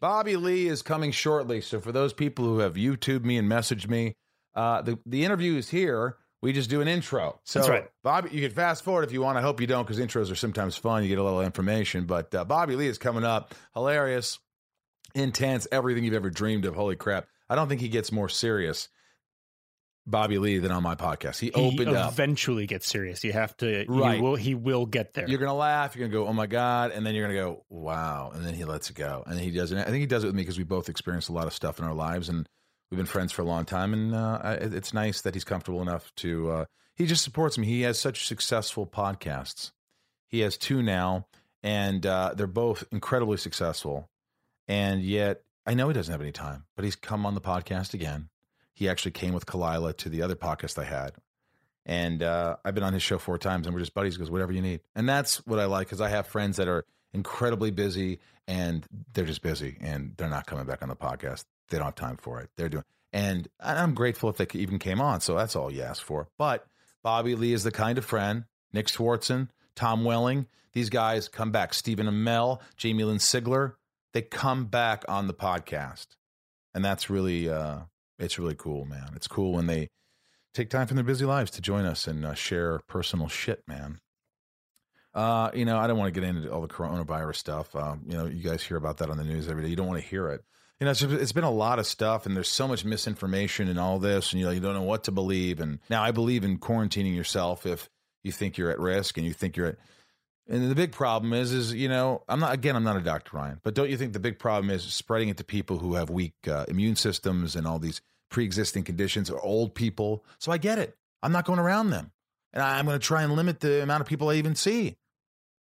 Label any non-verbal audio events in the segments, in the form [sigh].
Bobby Lee is coming shortly. So for those people who have YouTube me and messaged me, uh, the the interview is here. We just do an intro. So That's right. Bobby, you can fast forward if you want. I hope you don't because intros are sometimes fun. You get a little information. But uh, Bobby Lee is coming up. Hilarious, intense, everything you've ever dreamed of. Holy crap! I don't think he gets more serious, Bobby Lee, than on my podcast. He, He opened up. eventually gets serious. You have to. Right. You will, he will get there. You're gonna laugh. You're gonna go, oh my god, and then you're gonna go, wow, and then he lets it go, and he doesn't. I think he does it with me because we both experienced a lot of stuff in our lives, and we've been friends for a long time, and uh, I- it- it's nice that he's comfortable enough to. Uh, he just supports me. He has such successful podcasts. He has two now, and uh, they're both incredibly successful, and yet I know he doesn't have any time, but he's come on the podcast again. He actually came with Kalila to the other podcast I had, and uh, I've been on his show four times, and we're just buddies. He Goes whatever you need, and that's what I like because I have friends that are incredibly busy, and they're just busy, and they're not coming back on the podcast. They don't have time for it. They're doing, and I- I'm grateful if they c- even came on. So that's all you ask for. But Bobby Lee is the kind of friend. Nick Swartzen, Tom Welling, these guys come back. Stephen Amell, Jamie Lynn Sigler, they come back on the podcast, and that's really uh, it's really cool, man. It's cool when they take time from their busy lives to join us and uh, share personal shit, man. Uh, you know, I don't want to get into all the coronavirus stuff. Um, you know, you guys hear about that on the news every day. You don't want to hear it. You know, it's, it's been a lot of stuff, and there's so much misinformation and all this, and you know, you don't know what to believe. And now I believe in quarantining yourself if you think you're at risk and you think you're at. And the big problem is, is you know, I'm not again, I'm not a doctor, Ryan, but don't you think the big problem is spreading it to people who have weak uh, immune systems and all these pre-existing conditions or old people? So I get it. I'm not going around them, and I, I'm going to try and limit the amount of people I even see,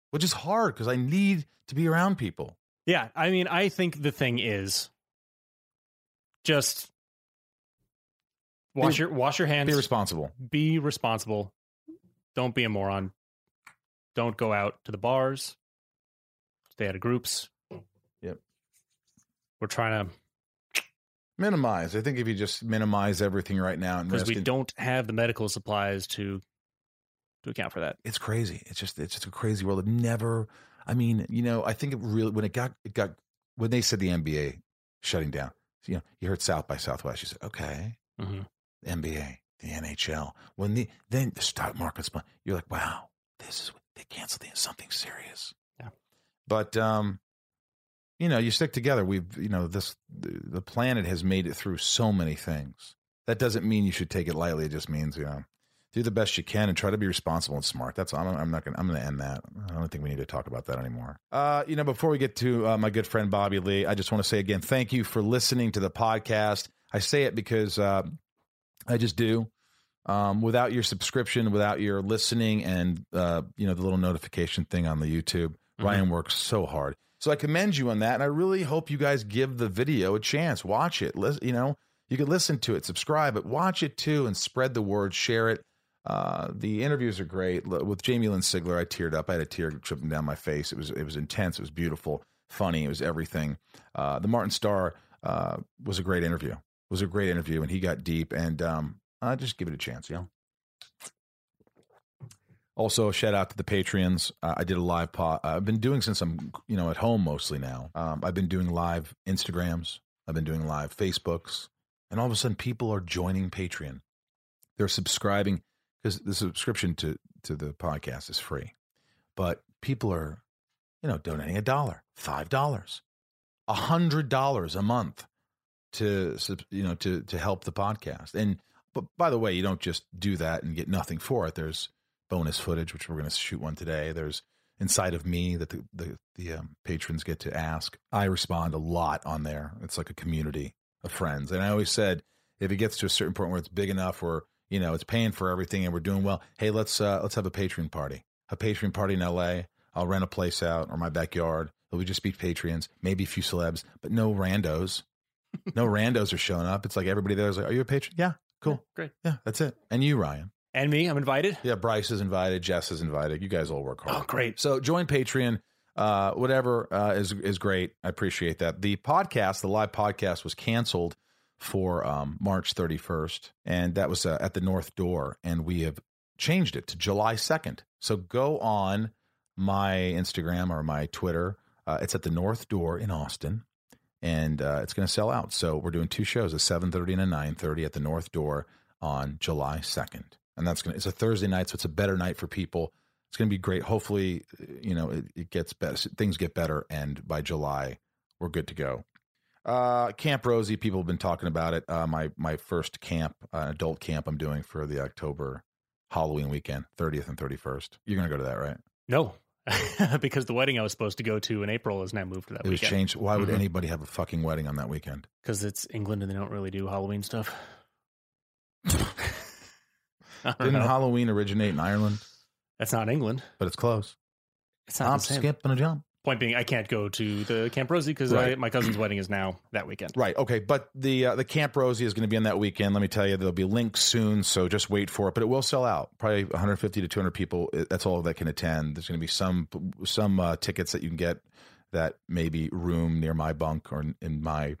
which is hard because I need to be around people. Yeah, I mean, I think the thing is just wash Be- your wash your hands. Be responsible. be responsible. Don't be a moron. Don't go out to the bars. Stay out of groups. Yep. We're trying to Minimize. I think if you just minimize everything right now and because rest we in- don't have the medical supplies to to account for that. it's crazy. It's just it's just a crazy world. It never. I mean, you know, I think it really when it got it got when they said the NBA shutting down. You know, you heard South by Southwest. You said, okay, Mhm. the NBA, the NHL. When the then the stock market's spun, you're like, wow, this is they canceled the, something serious. Yeah. But um, you know, you stick together. We've you know this the, the planet has made it through so many things. That doesn't mean you should take it lightly. It just means you know do the best you can and try to be responsible and smart. That's I'm, I'm not gonna I'm gonna end that. I don't think we need to talk about that anymore. Uh, you know, before we get to uh, my good friend Bobby Lee, I just want to say again, thank you for listening to the podcast. I say it because uh, I just do. Um, without your subscription, without your listening, and uh, you know the little notification thing on the YouTube, Mm-hmm. Ryan works so hard. So I commend you on that, and I really hope you guys give the video a chance. Watch it. Lis- you know, you can listen to it, subscribe, but watch it too, and spread the word. Share it. Uh, the interviews are great L- with Jamie Lynn Sigler. I teared up. I had a tear tripping down my face. It was it was intense. It was beautiful, funny. It was everything. Uh, the Martin Starr uh, was a great interview. Was a great interview, and he got deep. And um, uh, just give it a chance, you know. Also, shout out to the Patreons. Uh, I did a live pod. I've been doing since I'm you know at home mostly now. Um, I've been doing live Instagrams. I've been doing live Facebooks, and all of a sudden, people are joining Patreon. They're subscribing because the subscription to to the podcast is free, but people are, you know, donating a dollar, five dollars, a hundred dollars a month to sub- you know to to help the podcast. And but by the way, you don't just do that and get nothing for it. There's bonus footage, which we're going to shoot one today. There's inside of me that the the, the um, patrons get to ask. I respond a lot on there. It's like a community of friends, and I always said if it gets to a certain point where it's big enough where you know it's paying for everything and we're doing well, hey, let's uh, let's have a Patreon party, a Patreon party in L.A. I'll rent a place out or my backyard. It'll just be Patreons, maybe a few celebs, but no randos. No randos are showing up. It's like everybody there's like, "Are you a patron?" Yeah, cool, Yeah, great. yeah, that's it. And you, Ryan. And me, I'm invited. Yeah, Bryce is invited. Jess is invited. You guys all work hard. Oh, great. So join Patreon. Uh, whatever uh, is is great. I appreciate that. The podcast, the live podcast, was canceled for um, March 31st, and that was uh, at the North Door, and we have changed it to July 2nd. So go on my Instagram or my Twitter. Uh, it's at the North Door in Austin, and uh, it's going to sell out. So we're doing two shows, a 7:30 and a 9:30 at the North Door on July 2nd. And that's going to it's a Thursday night, so it's a better night for people. It's going to be great. Hopefully, you know, it, it gets best things get better and by July we're good to go. Uh, camp Rosie, people have been talking about it. Uh, my my first camp, uh, adult camp I'm doing for the October Halloween weekend, 30th and 31st. You're going to go to that, right? No, [laughs] because the wedding I was supposed to go to in April is now moved to that It was weekend changed. Why would Mhm. anybody have a fucking wedding on that weekend? because it's England and they don't really do Halloween stuff. [laughs] I don't Didn't know. Halloween originate in Ireland? That's not England. But it's close. It's not Hop, the same. skip, and a jump. Point being, I can't go to the Camp Rosie because Right. my cousin's wedding is now that weekend. Right. Okay. But the uh, the Camp Rosie is going to be on that weekend. Let me tell you, there'll be links soon, so just wait for it. But it will sell out. Probably 150 to 200 people. i- That's all that can attend. There's going to be some some uh, tickets that you can get that maybe room near my bunk or in- in my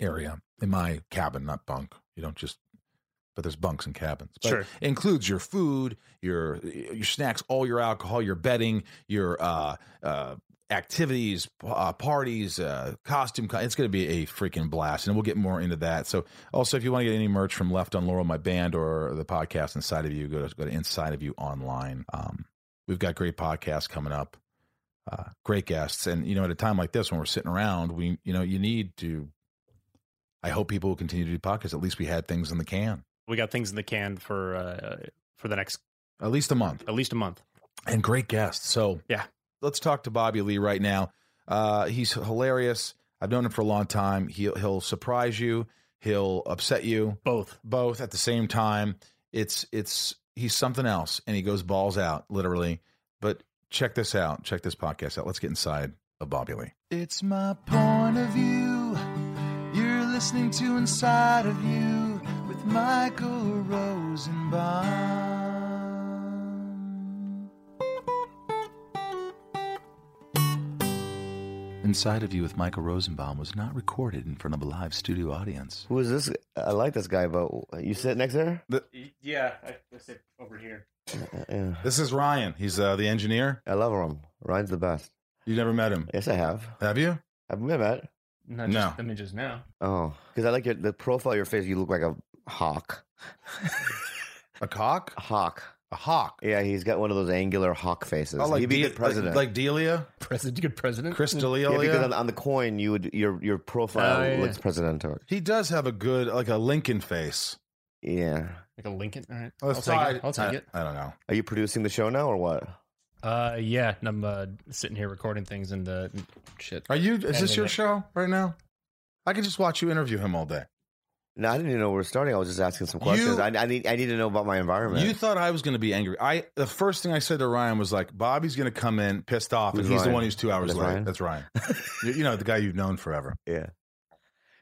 area, in my cabin, not bunk. You don't just. But there's bunks and cabins. But Sure. it includes your food, your your snacks, all your alcohol, your bedding, your uh, uh, activities, uh, parties, uh, costume. Co- it's going to be a freaking blast, and we'll get more into that. So, also, if you want to get any merch from Left on Laurel, my band, or the podcast Inside of You, go to go to Inside of You online. Um, we've got great podcasts coming up, uh, great guests, and you know, at a time like this when we're sitting around, we you know, you need to. I hope people will continue to do podcasts. At least we had things in the can, We got things in the can for uh, for the next at least a month. at least a month. and great guests. So Yeah. let's talk to Bobby Lee right now. Uh, he's hilarious. I've known him for a long time. He'll he'll surprise you. He'll upset you Both. both at the same time. It's it's he's something else, and he goes balls out literally. But check this out. Check this podcast out. Let's get inside of Bobby Lee. It's my point of view. You're listening to Inside of You with Michael Rosenbaum. Inside of You with Michael Rosenbaum was not recorded in front of a live studio audience. Who is this? I like this guy, but you sit next to her? Yeah, I, I sit over here. Yeah. This is Ryan. He's uh, the engineer. I love him. Ryan's the best. You never met him, Yes, I have. have you? I've met Matt. Not No. just images now. Oh, because I like your the profile of your face. You look like a hawk. A cock? A hawk. A hawk? Yeah, he's got one of those angular hawk faces. Oh, He'd be De- a good president. Like, like Delia, President, good president. Chris yeah, Delia. because on, on the coin, you would your your profile Oh, yeah. looks presidential. he does have a good, like a Lincoln face. Yeah. Like a Lincoln. All right. Let's I'll try- take it. I'll take I- it. I don't know. Are you producing the show now or what? Uh, yeah, and I'm uh, sitting here recording things and uh, shit. Are you? Is this Editing your it. show right now? I could just watch you interview him all day. No, I didn't even know we were starting. I was just asking some questions. You- I, I need I need to know about my environment. You thought I was going to be angry. I the first thing I said to Ryan was like, "Bobby's going to come in pissed off, Who's and he's the Ryan? one who's two hours That's late." Ryan? That's Ryan. [laughs] you, you know the guy you've known forever. [laughs] yeah.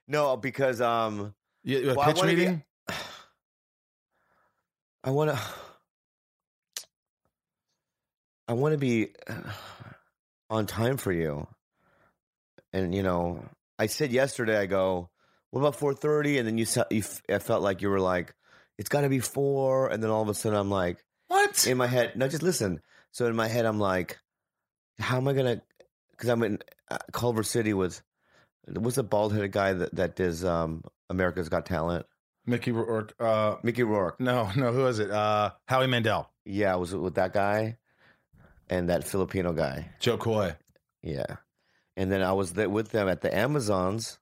No, because um, You, you had a Well, I pitch wanna be- meeting. I want to. I want to be uh, on time for you, and you know, I said yesterday. I go, what about four thirty? And then you, sa- you f- I felt like you were like, it's got to be four. And then all of a sudden, I'm like, what? in my head. No, just listen. So in my head, I'm like, how am I gonna? Because I'm in uh, Culver City with what's the bald headed guy that that does um, America's Got Talent? Mickey Rourke. Uh, Mickey Rourke. no, no. Who is it? Uh, Howie Mandel, Yeah, I was with that guy and that Filipino guy. Joe Coy. Yeah. And then I was there with them at the Amazons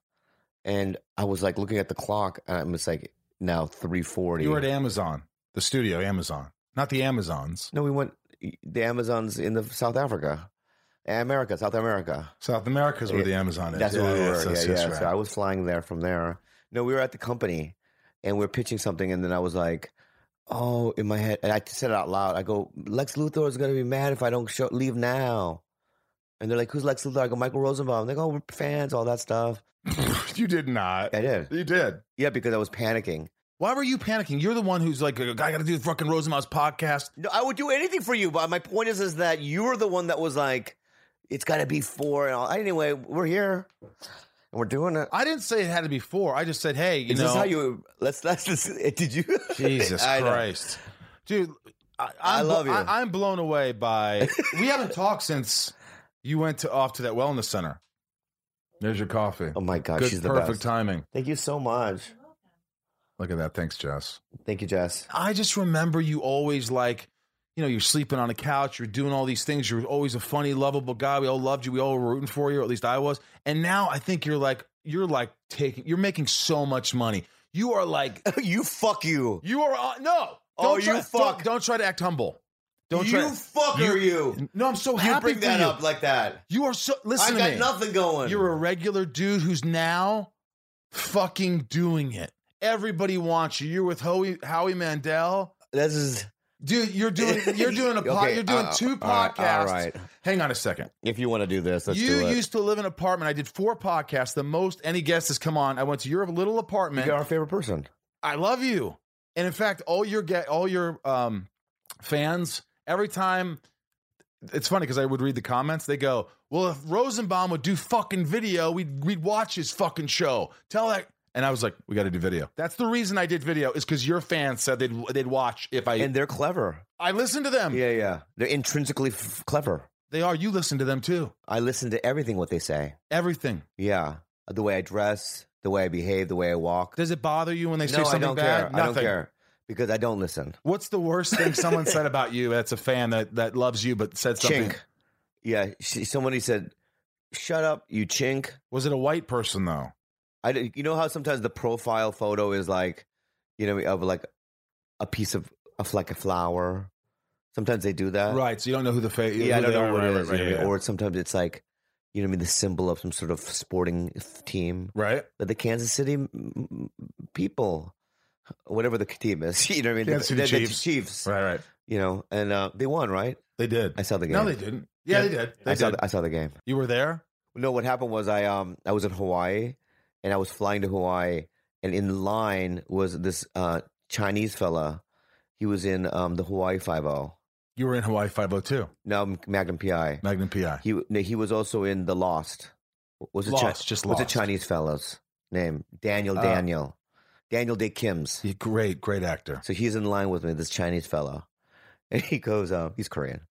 and I was like looking at the clock and I'm just like now 340. You were at Amazon, the studio Amazon, not the Amazons, no, we went the Amazons in the South Africa. America, South America. South America's where Yeah, the Amazon is. That's Yeah, where we yeah, were. so- yeah, so yeah. that's right. So I was flying there from there. No, we were at the company and we are pitching something. And then I was like, oh, in my head. And I said it out loud. I go, Lex Luthor is going to be mad if I don't show, leave now. And they're like, who's Lex Luthor? I go, Michael Rosenbaum. They go, oh, we're fans, all that stuff. [laughs] you did not. I did. You did. Yeah, because I was panicking. Why were you panicking? You're the one who's like, I got to do the fucking Rosenbaum's podcast. No, I would do anything for you. But my point is, is that you were the one that was like, it's got to be four. And all. Anyway, we're here and we're doing it. I didn't say it had to be four. I just said, hey, you Is know, this how you? Let's let's. [laughs] let's did you? [laughs] Jesus [laughs] I know. Christ, dude. I, I I'm blo- love you. I, am blown [laughs] away by. we haven't talked since you went to off to that wellness center. There's your coffee. Oh my gosh, Good, she's the perfect best. timing. Thank you so much. Look at that. Thanks, Jess. Thank you, Jess. I just remember you always like, you know, you're sleeping on a couch, you're doing all these things. You're always a funny, lovable guy. We all loved you. We all were rooting for you, or at least I was. And now I think you're like, you're like taking, you're making so much money. You are like, [laughs] you fuck you. you are on, no. Oh, Don't try- you fuck. Don't, don't try to act humble. Don't you try. fucker, you. You, No, I'm so happy bring for that you. up like that. You are so. Listen to I got me. nothing going. You're a regular dude who's now fucking doing it. Everybody wants you. You're with Howie, Howie Mandel. this is Dude, you're doing you're doing a pod, [laughs] Okay, you're doing uh, two all right, podcasts. All right, Hang on a second. if you want to do this, let's you do it. used to live in an apartment. I did four podcasts. The most any guest has come on. I went to your little apartment. You're our favorite person. I love you. And in fact, all your get all your um, fans every time. It's funny because I would read the comments. They go, "Well, if Rosenbaum would do fucking video, we'd we'd watch his fucking show." Tell that. And I was like, "We got to do video." That's the reason I did video is because your fans said they'd they'd watch if I And they're clever. I listened to them. Yeah, yeah. They're intrinsically f- clever. They are. You listen to them too. I listen to everything what they say. Everything. Yeah, the way I dress, the way I behave, the way I walk. Does it bother you when they say no, I something don't bad? care. I don't care because I don't listen. What's the worst thing someone said about you? That's a fan that that loves you but said something. Chink. Yeah, she, somebody said, "Shut up, you chink." Was it a white person though? I did- you know how sometimes the profile photo is like, you know, of like a piece of of like a flower. Sometimes they do that. Right. So you don't know who the fa- Uh, Yeah, I who don't they know are, what right, it is. Right. you know Right. what I yeah. mean? Or sometimes it's like, you know, what I mean, the symbol of some sort of sporting team. right? But the Kansas City mm, mm, people, whatever the team is, [laughs] you know, what I mean, Kansas the, City the- the Chiefs. Chiefs, Right. Right. you know, and uh, they won, right? They did. I saw the game. No, they didn't. Yeah, they did. They I saw did. the, I saw the game. you were there. No, what happened was I um I was in Hawaii and I was flying to Hawaii and in line was this uh Chinese fella. He was in um the Hawaii Five O. You were in Hawaii 502, No, Magnum PI. Magnum PI. He no, he was also in the Lost. Was it Lost, just Was a Lost. Chinese fella's name Daniel Ah. Daniel Daniel Day Kim's. Yeah, great, great [laughs] actor. So he's in line with me, this Chinese fella, [laughs] and he goes, um, he's Korean.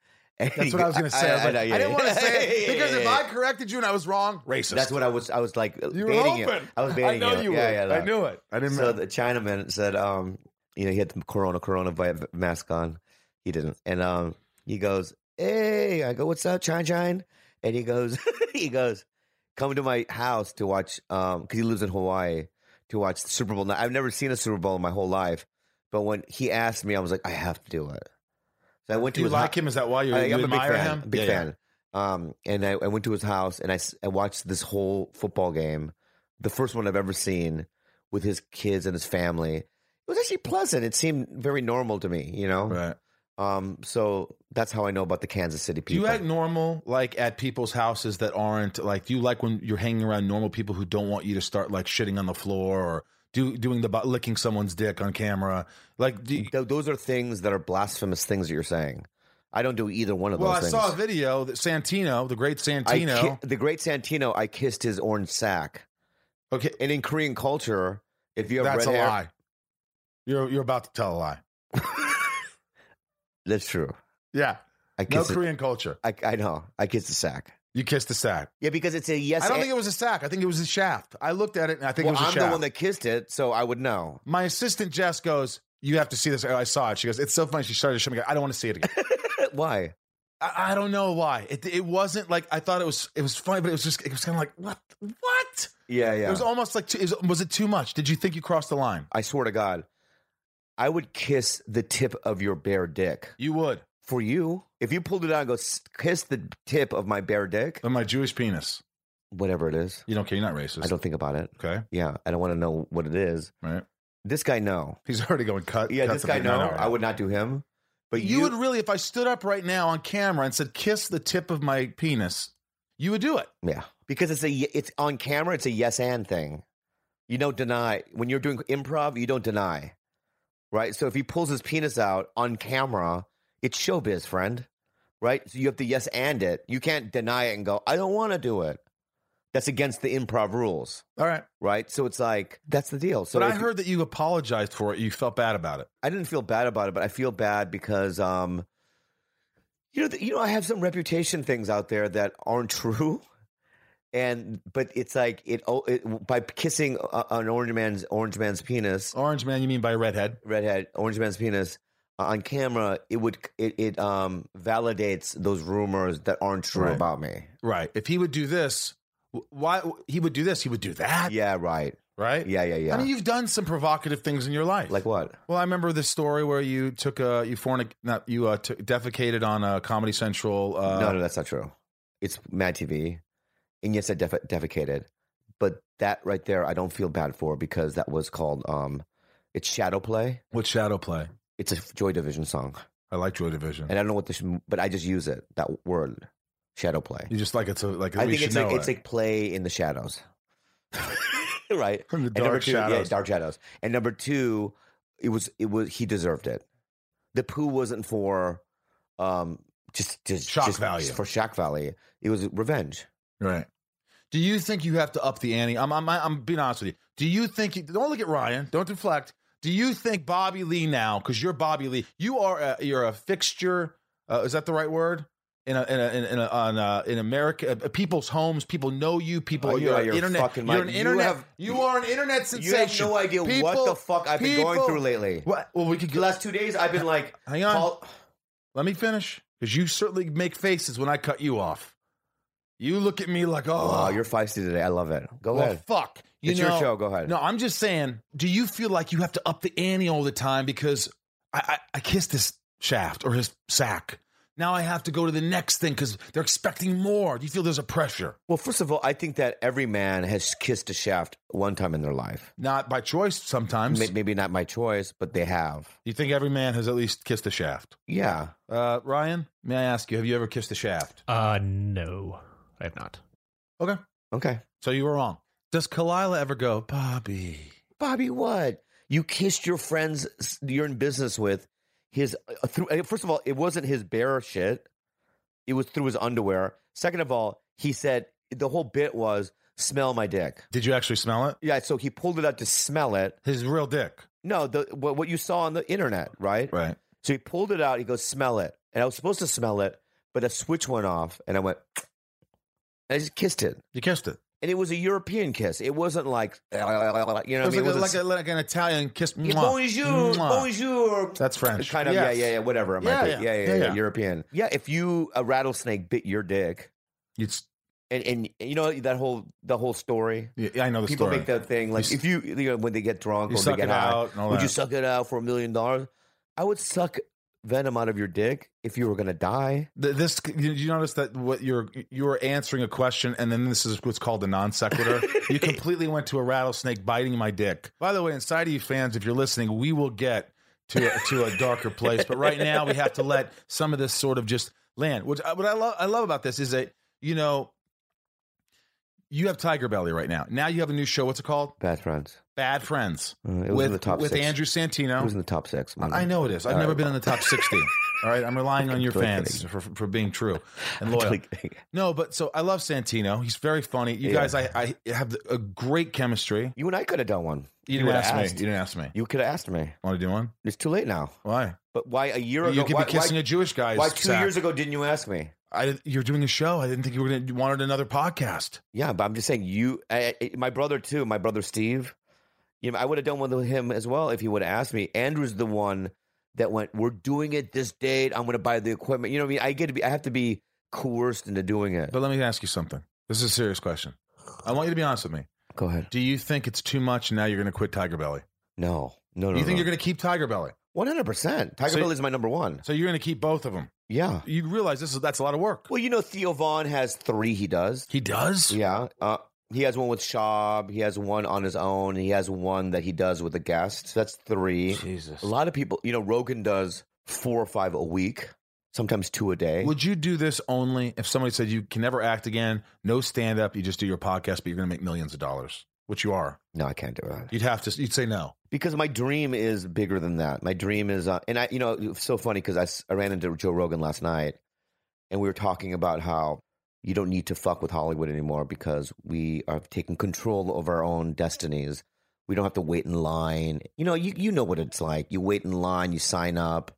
And That's he what I was go- going to say. I, was like, know, I yeah, didn't yeah. want to say it because if [laughs] Yeah, I yeah, yeah. corrected you and I was wrong, racist. that's what I was. I was like you were baiting him. open. I was baiting I know him. you yeah, were. Yeah, no. I knew it. I didn't. So the Chinaman said, um, you know, he had the Corona Corona vi- mask on. He didn't, and um, he goes, "Hey," I go, "What's up, Chine Chine?" And he goes, [laughs] he goes, "Come to my house to watch," um, because he lives in Hawaii to watch the Super Bowl. Now, I've never seen a Super Bowl in my whole life, but when he asked me, I was like, "I have to do it." So I went do to you his like hou- him? Is that why you I, you am a big admire fan. him? Big Yeah, yeah. fan. Um, and I, I went to his house and I, s- I watched this whole football game, the first one I've ever seen with his kids and his family. It was actually pleasant. It seemed very normal to me, you know. Right. Um, so that's how I know about the Kansas City Do you people. act normal like at people's houses that aren't like? Do you like when you're hanging around normal people who don't want you to start like shitting on the floor or do doing the bu- licking someone's dick on camera? Like, do you, Th- those are things that are blasphemous things that you're saying. I don't do either one of well, I those things. saw a video that Santino, the great I Santino. ki- the great Santino, I kissed his orange sack. okay, And in Korean culture, if you have that's a red hair, lie. You're you're about to tell a lie. that's true. Yeah, I no kissed. Korean culture. I, I know. I kissed the sack. You kissed the sack. Yeah, because it's a yes. I don't and- think it was a sack. I think it was a shaft. I looked at it and I think well, it was a I'm shaft. the one that kissed it, so I [laughs] would know. My assistant Jess goes, "You have to see this." I saw it. She goes, "It's so funny." She started showing me. I don't want to see it again. [laughs] Why? I, I don't know why. It it wasn't like I thought it was. It was funny, but it was just. It was kind of like what what. Yeah, yeah. It was almost like too, is, was it too much? Did you think you crossed the line? I swear to God, I would kiss the tip of your bare dick You would for you. If you pulled it out and go "S- kiss the tip of my bare dick, on my Jewish penis. whatever it is, You don't care. You're not racist. I don't think about it. Okay, Yeah, I don't want to know what it is. right. This guy, no. He's already going cut. Yeah, cut this the guy, big man no. out. I would not do him. But you, would really, if I stood up right now on camera and said, "Kiss the tip of my penis," you would do it. Yeah, because it's a y- it's on camera. It's a yes and thing. You don't deny when you're doing improv. You don't deny, right? So if he pulls his penis out on camera, it's showbiz, friend, right? So you have to yes and it. You can't deny it and go, I don't want to do it. That's against the improv rules, All right. right? So it's like that's the deal. So but I if you- heard that you apologized for it. You felt bad about it. I didn't feel bad about it, but I feel bad because um, you know, you know, I have some reputation things out there that aren't true, [laughs] and but it's like it, oh, it by kissing uh, an orange man's orange man's penis, Orange man, you mean by redhead? redhead orange man's penis uh, on camera, it would it, it um validates those rumors that aren't true Right. about me. Right. If he would do this, wh- why he would do this, he would do that. Yeah, right. Right. Yeah, yeah, yeah. I mean, you've done some provocative things in your life. like what? well, I remember this story where you took a you fornic not you uh, t- defecated on a Comedy Central. Uh, no, no, that's not true. It's Mad TV, and yes, I def- defecated, but that right there, I don't feel bad for because that was called um, it's Shadow Play. With shadow play, It's a Joy Division song, I like Joy Division. and I don't know what this, but I just use it that word, Shadow Play. you just like it's a like I we think should it's know like it's it. like play in the shadows, [laughs] right? From [laughs] the And number dark two, shadows. Yeah, dark shadows. And number two, it was it was he deserved it. The poo wasn't for um just just Shock just value. for shock value. It was revenge. Right. Do you think you have to up the ante? I'm, I'm, I'm being honest with you. Do you think, you, don't look at Ryan, don't deflect. Do you think Bobby Lee now, because you're Bobby Lee, you are a, you're a fixture, uh, is that the right word? In a, in a, in a, in, a, on a, in America, uh, people's homes, people know you. People, Oh, you're, yeah, an you're internet. fucking you're an Mike. You internet. You, have- are an internet You have sensation. no idea what People- the fuck I've been going people- through lately. What? Well, we could The last two days I've been like hang on. Paul, Let me finish, because you certainly make faces when I cut you off. You look at me like, oh, wow, you're feisty today. I love it. Go well, ahead. fuck. You it's know, your show. Go ahead. No, I'm just saying, do you feel like you have to up the ante all the time because I, I, I kissed his shaft or his sack? Now I have to go to the next thing because they're expecting more. Do you feel there's a pressure? Well, first of all, I think that every man has kissed a shaft one time in their life. Not by choice sometimes. May- Maybe not my choice, but they have. You think every man has at least kissed a shaft. Yeah. Uh, Ryan, may I ask you, have you ever kissed a shaft? Uh, no, I have not. Okay. So you were wrong. Does Kalila ever go, Bobby? Bobby, what? You kissed your friends you're in business with his uh, through uh, first of all, it wasn't his bare shit. It was through his underwear. Second of all, he said the whole bit was smell my dick. Did you actually smell it? Yeah, so he pulled it out to smell it. His real dick. No, the what, what you saw on the internet, right? Right. So he pulled it out. He goes, "Smell it," and I was supposed to smell it, but a switch went off, and I went, and I just kissed it, You kissed it. and it was a European kiss. It wasn't like you know, what I It was like, mean? a- wasn't like, a, like an Italian kiss. Yeah, Mwah. bonjour, Mwah. bonjour. That's French. Kind of, Yes. yeah, yeah, yeah, whatever. It Yeah, might be. yeah. yeah, yeah, yeah, Yeah, yeah. European. Yeah, if you a rattlesnake bit your dick, It's and and you know that whole the whole story. yeah, I know the People story. make that thing like You if you, you know, when they get drunk you or they suck get it high, out and all would that. you suck it out for a million dollars? I would suck venom out of your dick if you were gonna die. Th- this you you notice that what you're you're answering a question and then this is what's called a non sequitur. [laughs] you completely went to a rattlesnake biting my dick. By the way, inside of you fans, if you're listening, we will get to a, to a darker place. But right now, we have to let some of this sort of just land. Which I- what I love I love about this is that you know you have Tiger Belly right now. Now you have a new show. What's it called? Bad friends. Bad Friends Uh, It was with in the top with six. Andrew Santino. It was in the top six. I I [laughs] know it is. I've All never right. been in the top 60. [laughs] All right. I'm relying on your Totally fans kidding. for, for being true [laughs] and loyal. Like, No, but so I love Santino. He's very funny. You Yeah. guys, I, I have a great chemistry. you and I could have done one. You You didn't would've ask me. You asked. didn't ask me. You could have asked me. Want to do one? It's too late now. Why? But why a year ago? You could why, be kissing why, a Jewish guy. why two years ago didn't you ask me? I, you're doing a show. I didn't think you were going to wanted another podcast. Yeah, but I'm just saying you. I, I- my brother too. My brother Steve. You know, I would have done one with him as well if he would have asked me. Andrew's the one that went. We're doing it this date. I'm going to buy the equipment. You know what I mean? I get to be. I have to be coerced into doing it. But let me ask you something. This is a serious question. I want you to be honest with me. Go ahead. Do you think it's too much and now you're going to quit Tiger Belly? No, no, Do no. you think no. you're going to keep Tiger Belly? One hundred percent. Tiger So- Belly is my number one. So you're going to keep both of them. Yeah. You realize this is that's a lot of work. Well, you know Theo Vaughn has three. He does. He does? Yeah. Uh, he has one with Shab. He has one on his own. He has one that he does with a guest. So that's three. Jesus. A lot of people, you know, Rogan does four or five a week, sometimes two a day. Would you do this only if somebody said you can never act again, no stand up, you just do your podcast, but you're going to make millions of dollars, which you are? no, I can't do that You'd have to, you'd say no. because my dream is bigger than that. My dream is, uh, and I, you know, it's so funny because I, s- I ran into Joe Rogan last night, and we were talking about how you don't need to fuck with Hollywood anymore because we are taking control of our own destinies. We don't have to wait in line. You know, you you know what it's like. You wait in line, you sign up,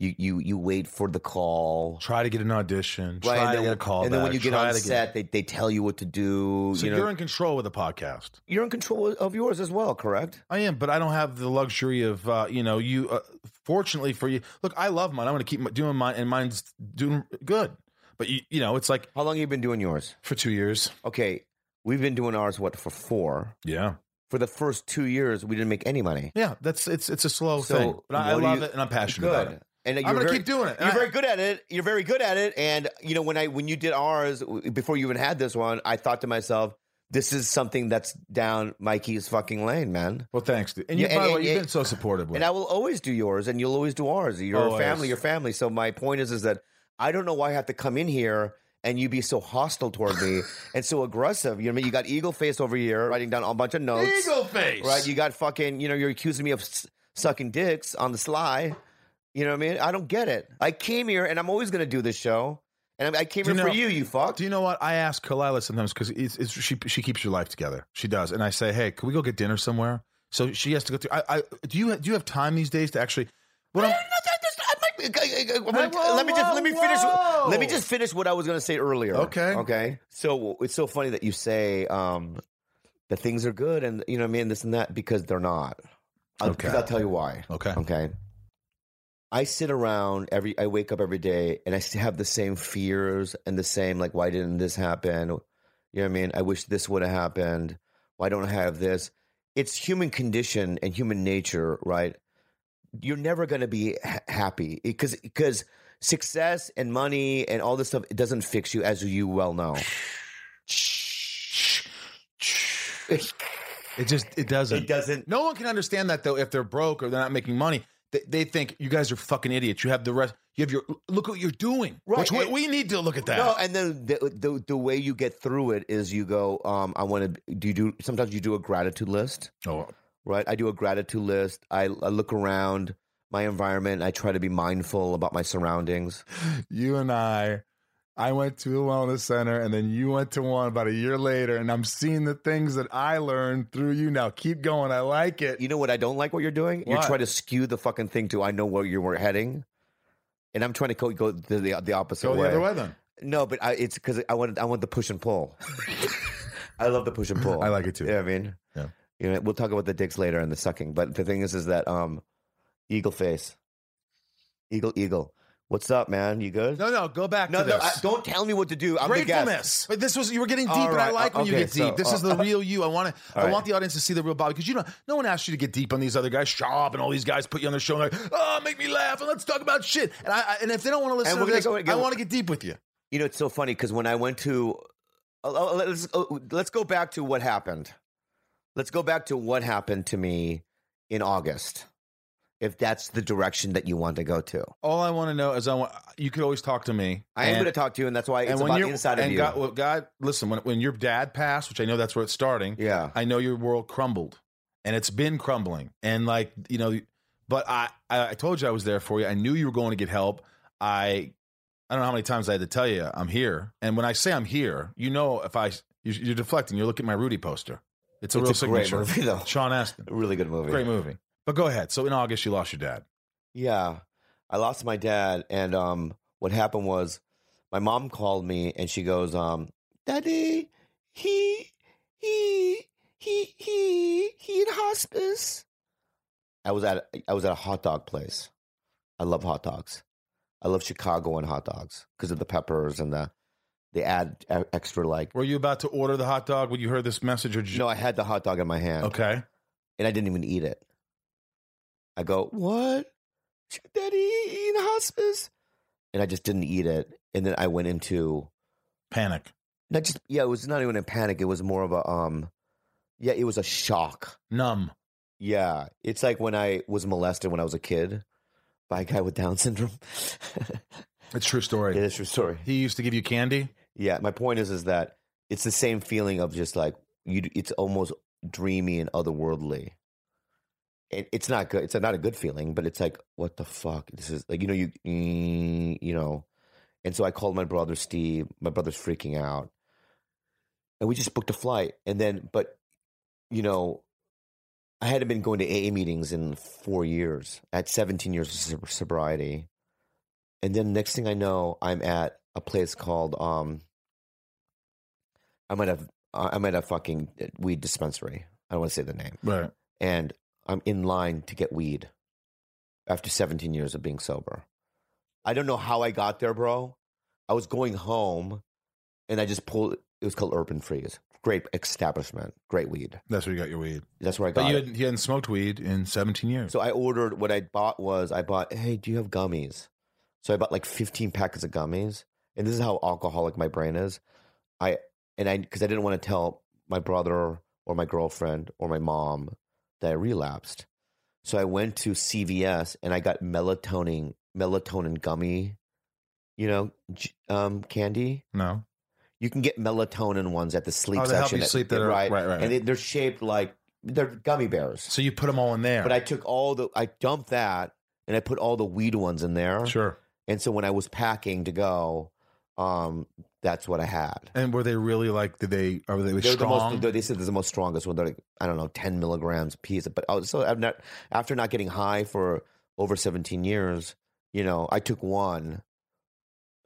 you you you wait for the call. Try to get an audition. Right, try and to then, get a call. and then when you get try on to set, they, they tell you what to do. so you you know, are in control with a podcast. you're in control of yours as well, correct? I am, but I don't have the luxury of uh, you know you. Uh, fortunately for you, look, I love mine. I'm going to keep m- doing mine, and mine's doing good. But you, you know, it's like How long have you been doing yours? for two years. Okay, we've been doing ours what for four. Yeah, For the first two years, we didn't make any money. yeah. That's it's it's a slow So, thing, but I, I what do love you- it, and I'm passionate Good. about it. And you're I'm going to very- keep doing it. You're And I- very good at it. You're very good at it. And you know, when I when you did ours w- before you even had this one, I thought to myself, this is something that's down Mikey's fucking lane, man. well, thanks, dude. And you, Yeah, by and- the way, and- you've and- been so supportive. With And I will always do yours, and you'll always do ours. You're a Always. family, your family. So my point is, is that I don't know why I have to come in here and you be so hostile toward [laughs] me and so aggressive. You know, what I mean, you got eagle face over here writing down a bunch of notes. it. eagle face, Right? You got fucking, you know, you're accusing me of s- sucking dicks on the sly. You know what I mean? I don't get it. I came here and I'm always going to do this show. And I I came Do here you for know- you, you fuck. Do you know what? I ask Kalila sometimes because it's, it's, she she keeps your life together. She does, and I say, hey, can we go get dinner somewhere? So she has to go through. I, I do you do you have time these days to actually? What I'm, Let me just let me finish. Let me just finish what I was going to say earlier. Okay. Okay. So it's so funny that you say um, that things are good and you know what I mean this and that because they're not. I'll, Okay. 'cause I'll tell you why. okay. Okay. I sit around every. I wake up every day and I s- have the same fears and the same like, why didn't this happen? You know what I mean? I wish this would have happened. Why don't I have this? It's human condition and human nature, right? You're never going to be ha- happy because because success and money and all this stuff it doesn't fix you, as you well know. It just it doesn't. It doesn't. No one can understand that though if they're broke or they're not making money. They, they think you guys are fucking idiots. You have the rest. You have your look what you're doing. Right, Which we, and- we need to look at that. No, and then the, the the way you get through it is you go. Um, I want to. Do you do? Sometimes you do a gratitude list. oh, right? I do a gratitude list. I, I look around my environment. I try to be mindful about my surroundings. you and I, I went to a wellness center and then you went to one about a year later, and I'm seeing the things that I learned through you now. Keep going. I like it. You know what? I don't like what you're doing. You're What? trying to skew the fucking thing to I know where you were heading. And I'm trying to go, go the, the, the opposite Go the way. other way then. No, but I, it's because I want I want the push and [laughs] pull. I love the push and pull. I like it too. Yeah, I mean, Yeah. you know, we'll talk about the dicks later and the sucking. But the thing is, is that um, eagle face, eagle, eagle. What's up, man? You good? No, no, go back No, to no, this. I, don't tell me what to do. I'm the guest. Gratefulness. But this was you were getting deep, All and I right, like when you okay, get deep. so, This uh, is the real you. I want to. all I right. want the audience to see the real Bobby because you know, no one asked you to get deep on these other guys. Shop and all these guys put you on their show and like, oh, make me laugh and let's talk about shit. And I, I and if they don't want to listen And to we're gonna this, go again- I want to get deep with you. You know, it's so funny because when I went to, oh, oh, let's oh, let's go back to what happened. Let's go back to what happened to me in August, if that's the direction that you want to go to. All I want to know is I want you could always talk to me. I am going to talk to you, and that's why it's about the inside of and you. God, well, God, listen, when when your dad passed, which I know that's where it's starting. yeah, I know your world crumbled and it's been crumbling. And like, you know, but I, I, I told you I was there for you. I knew you were going to get help. I, I don't know how many times I had to tell you I'm here. And when I say I'm here, you know, if I, you're, you're deflecting, you're looking at my Rudy poster. It's a real it's a great signature. movie, though. Sean [laughs] Astin. Really good movie. Great movie. But go ahead. So in August, you lost your dad. Yeah. I lost my dad and um what happened was my mom called me and she goes, um, Daddy, he he he he he in hospice. I was at I was at a hot dog place. I love hot dogs. I love Chicago and hot dogs because of the peppers and the they add e- extra like Were you about to order the hot dog when you heard this message? Or did you- no, I had the hot dog in my hand Okay. and I didn't even eat it. I go, what? Daddy in hospice? And I just didn't eat it. And then I went into Panic. not just yeah, it was not even a panic. It was more of a um, yeah, it was a shock. Numb. Yeah, it's like when I was molested when I was a kid by a guy with Down syndrome. [laughs] It's a true story. yeah, that's your story. He used to give you candy. Yeah, my point is is that it's the same feeling of just like you. It's almost dreamy and otherworldly. It, it's not good. It's not a good feeling, but it's like what the fuck. This is like you know you mm, you know, and so I called my brother Steve. My brother's freaking out, and we just booked a flight. And then, but you know, I hadn't been going to AA meetings in four years. At seventeen years of sob- sobriety, And then next thing I know, I'm at a place called um. I might have I might have fucking uh, weed dispensary. I don't want to say the name. Right. And I'm in line to get weed after 17 years of being sober. I don't know how I got there, bro. I was going home and I just pulled it was called Urban Freeze. Great establishment, great weed. That's where you got your weed. That's where I got But you it. hadn't, you hadn't smoked weed in 17 years. So I ordered what I bought was I bought, hey, do you have gummies? So I bought like 15 packets of gummies. And this is how alcoholic my brain is. I and I because I didn't want to tell my brother or my girlfriend or my mom that I relapsed. So I went to CVS and I got melatonin melatonin gummy, you know, j- um, candy. no. You can get melatonin ones at the sleep Oh, they section. help you at- sleep. That are, right, right, right, right. and they, they're shaped like they're gummy bears. so you put them all in there. But I took all the, I dumped that and I put all the weed ones in there. sure. And so when I was packing to go, um, that's what I had. And were they really like? Did they? Are they, They're the strong? most, they're- they said they're the most strongest one. They're like, I don't know, 10 milligrams a piece. But I was, so I'm not, after not getting high for over 17 years, you know, I took one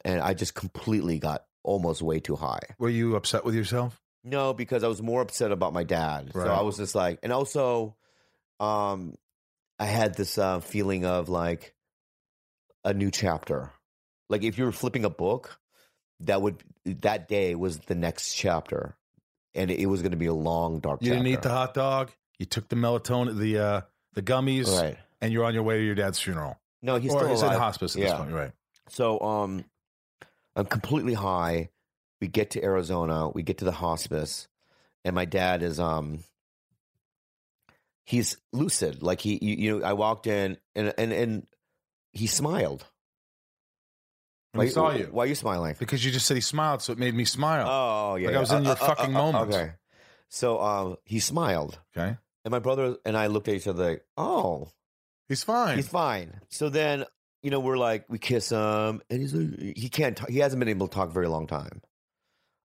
and I just completely got almost way too high. were you upset with yourself? No, because I was more upset about my dad. Right. So I was just like, and also, um, I had this uh, feeling of like a new chapter. Like if you were flipping a book, that would that day was the next chapter, and it was going to be a long dark. You didn't eat the chapter. hot dog. You took the melatonin, the uh, the gummies, right? and you're on your way to your dad's funeral. No, he's or still he's alive. in hospice at this Yeah. point, right? So um I'm completely high. We get to Arizona, we get to the hospice, and my dad is um he's lucid. Like he you, you know, I walked in and and and he smiled. And we Why- saw you Why are you smiling? because you just said he smiled, so it made me smile. Oh yeah. Like I yeah. was in your fucking moment. uh, Okay. So um he smiled. okay, And my brother and I looked at each other like, oh, he's fine. He's fine. So then, you know, we're like, we kiss him, and he's like, he can't. Talk, he hasn't been able to talk a very long time.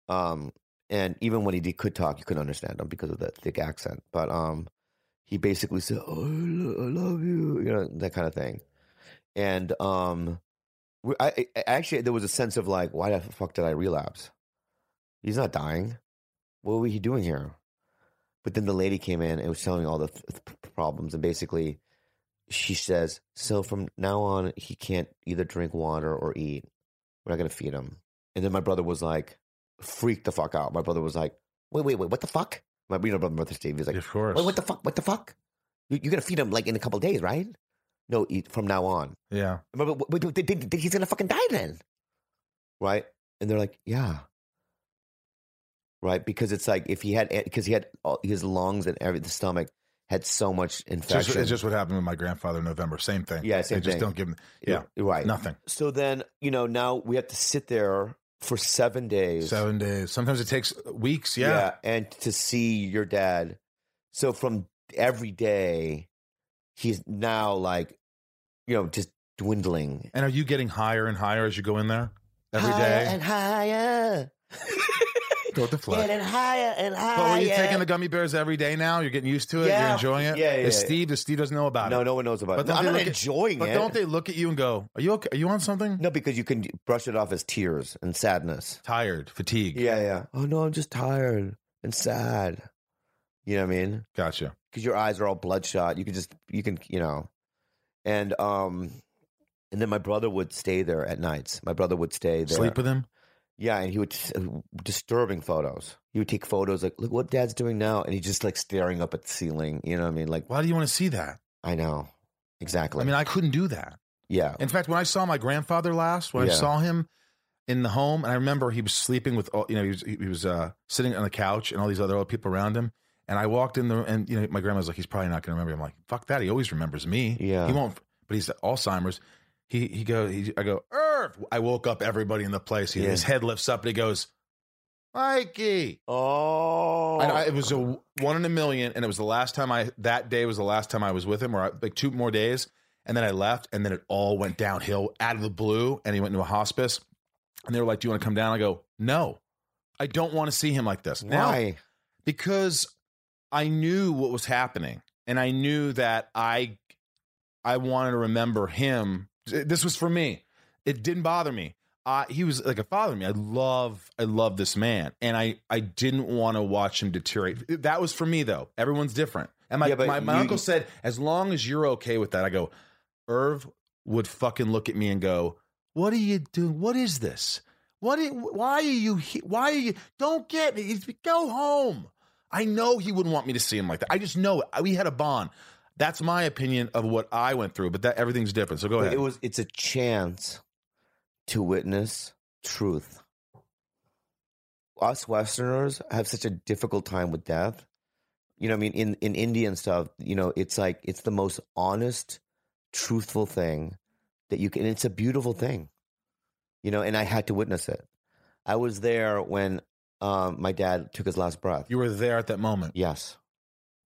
Um, and even when he did, could talk, you couldn't understand him because of that thick accent. But um, he basically said, "Oh, I, lo- I love you," you know, that kind of thing. And um, we, I, I- I- actually there was a sense of like, why the fuck did I relapse? He's not dying. What were he doing here? But then the lady came in and was telling me all the th- th- problems, and basically she says, so from now on, he can't either drink water or eat. We're not going to feed him. And then my brother was like, freaked the fuck out. My brother was like, wait, wait, wait, what the fuck? My you know, brother, brother Steve is like, of course. wait, what the fuck? What the fuck? You- You're going to feed him like in a couple of days, right? No, eat from now on. yeah, Remember, wait, wait, wait, th- th- he's going to fucking die then. Right? And they're like, yeah. Right? Because it's like, if he had, because he had all, his lungs and every, the stomach had so much it's just, infection. it's just what happened with my grandfather in November. Same thing. Yeah, same they just thing. don't give him yeah. Right. nothing. So then, you know, now we have to sit there for seven days. Seven days. Sometimes it takes weeks. Yeah, And to see your dad. So from every day, he's now like, you know, just dwindling. And are you getting higher and higher as you go in there every day? higher And [laughs] higher. [laughs] Don't deflect. Getting higher and higher. But were you taking the gummy bears every day now? You're getting used to it. You're Yeah. enjoying it. Yeah, yeah, Is yeah. Steve? Does Steve doesn't know about no, it? no one knows about But it. No, don't I'm they not look at- enjoying But it. don't they look at you and go, "Are you okay? Are you on something?" no, because you can brush it off as tears and sadness. Tired, fatigue. Yeah, yeah. Oh, no, I'm just tired and sad. You know what I mean? Gotcha. because your eyes are all bloodshot. You can just you can you know, and um, and then my brother would stay there at nights. My brother would stay there. Sleep with him. yeah, and he would uh, disturbing photos. He would take photos like, look what dad's doing now, and he's just like staring up at the ceiling. You know what I mean? Like Why do you want to see that? I know exactly. I mean, I couldn't do that. yeah, In fact, when I saw my grandfather last, when I Yeah. saw him in the home, and I remember he was sleeping with all, you know, he was, he was uh, sitting on the couch and all these other old people around him. And I walked in the, and you know, my grandma's like, he's probably not going to remember. I'm like, fuck that. He always remembers me. Yeah. He won't, but he's Alzheimer's. He, he goes, he, I go, Irv. I woke up everybody in the place. He, Yeah. His head lifts up and he goes, Mikey. oh, And I, it was a one in a million, and it was the last time I that day was the last time I was with him, or I, like two more days, and then I left, and then it all went downhill out of the blue, and he went into a hospice, and they were like, "Do you want to come down?" I go, "No, I don't want to see him like this." Now, why? because I knew what was happening and I knew that I I wanted to remember him. This was for me. It didn't bother me. Uh, he was like a father to me. I love, I love this man, and I, I didn't want to watch him deteriorate. That was for me though. Everyone's different. And my Yeah, but my, my you- uncle said, as long as you're okay with that, I go. Irv would fucking look at me and go, "What are you doing? What is this? What? i- why are you? he- Why are you? Don't get me. It's- Go home." I know he wouldn't want me to see him like that. I just know it. We had a bond. That's my opinion of what I went through, but that everything's different. So go But ahead. It was it's a chance to witness truth. Us Westerners have such a difficult time with death. You know, what I mean, in in Indian stuff, you know, it's like it's the most honest, truthful thing that you can. And it's a beautiful thing, you know. And I had to witness it. I was there when um, my dad took his last breath. you were there at that moment. yes.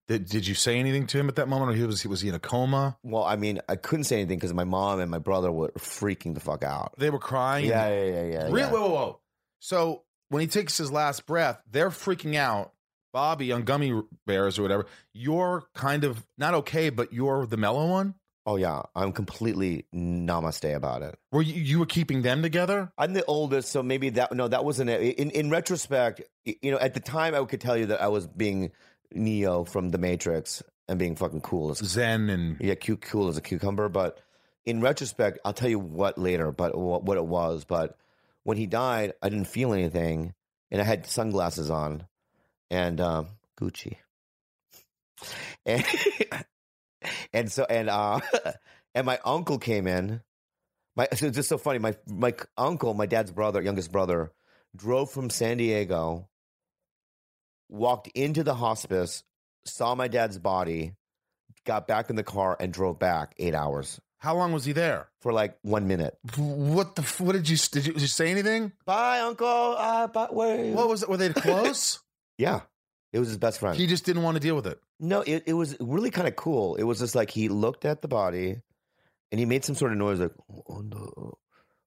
Did, did you say anything to him at that moment, or he was he was he in a coma? Well, I mean, I couldn't say anything because my mom and my brother were freaking the fuck out. They were crying. Yeah, yeah, yeah, yeah. Real, yeah. Whoa, whoa, whoa. So when he takes his last breath, they're freaking out. Bobby on gummy bears or whatever. You're kind of not okay, but you're the mellow one. Oh yeah, I'm completely namaste about it. Were you you were keeping them together? I'm the oldest, so maybe that no, that wasn't it. In in retrospect, y- you know, at the time I could tell you that I was being Neo from The Matrix and being fucking cool as Zen and yeah, cu- cool as a cucumber. But in retrospect, I'll tell you what later, but what, what it was. But when he died, I didn't feel anything, and I had sunglasses on, and um, Gucci, [laughs] and and so and uh, [laughs] and my uncle came in. My [laughs] so it's just so funny. My my uncle, my dad's brother, youngest brother, drove from San Diego, walked into the hospice, saw my dad's body, got back in the car and drove back eight hours how long was he there? for like one minute. What the? f- What did you did you, did you say anything? Bye, Uncle. Uh, but where? What was it? [laughs] Were they close? yeah, it was his best friend. he just didn't want to deal with it. no, it, it was really kind of cool. It was just like he looked at the body and he made some sort of noise like "Oh, no.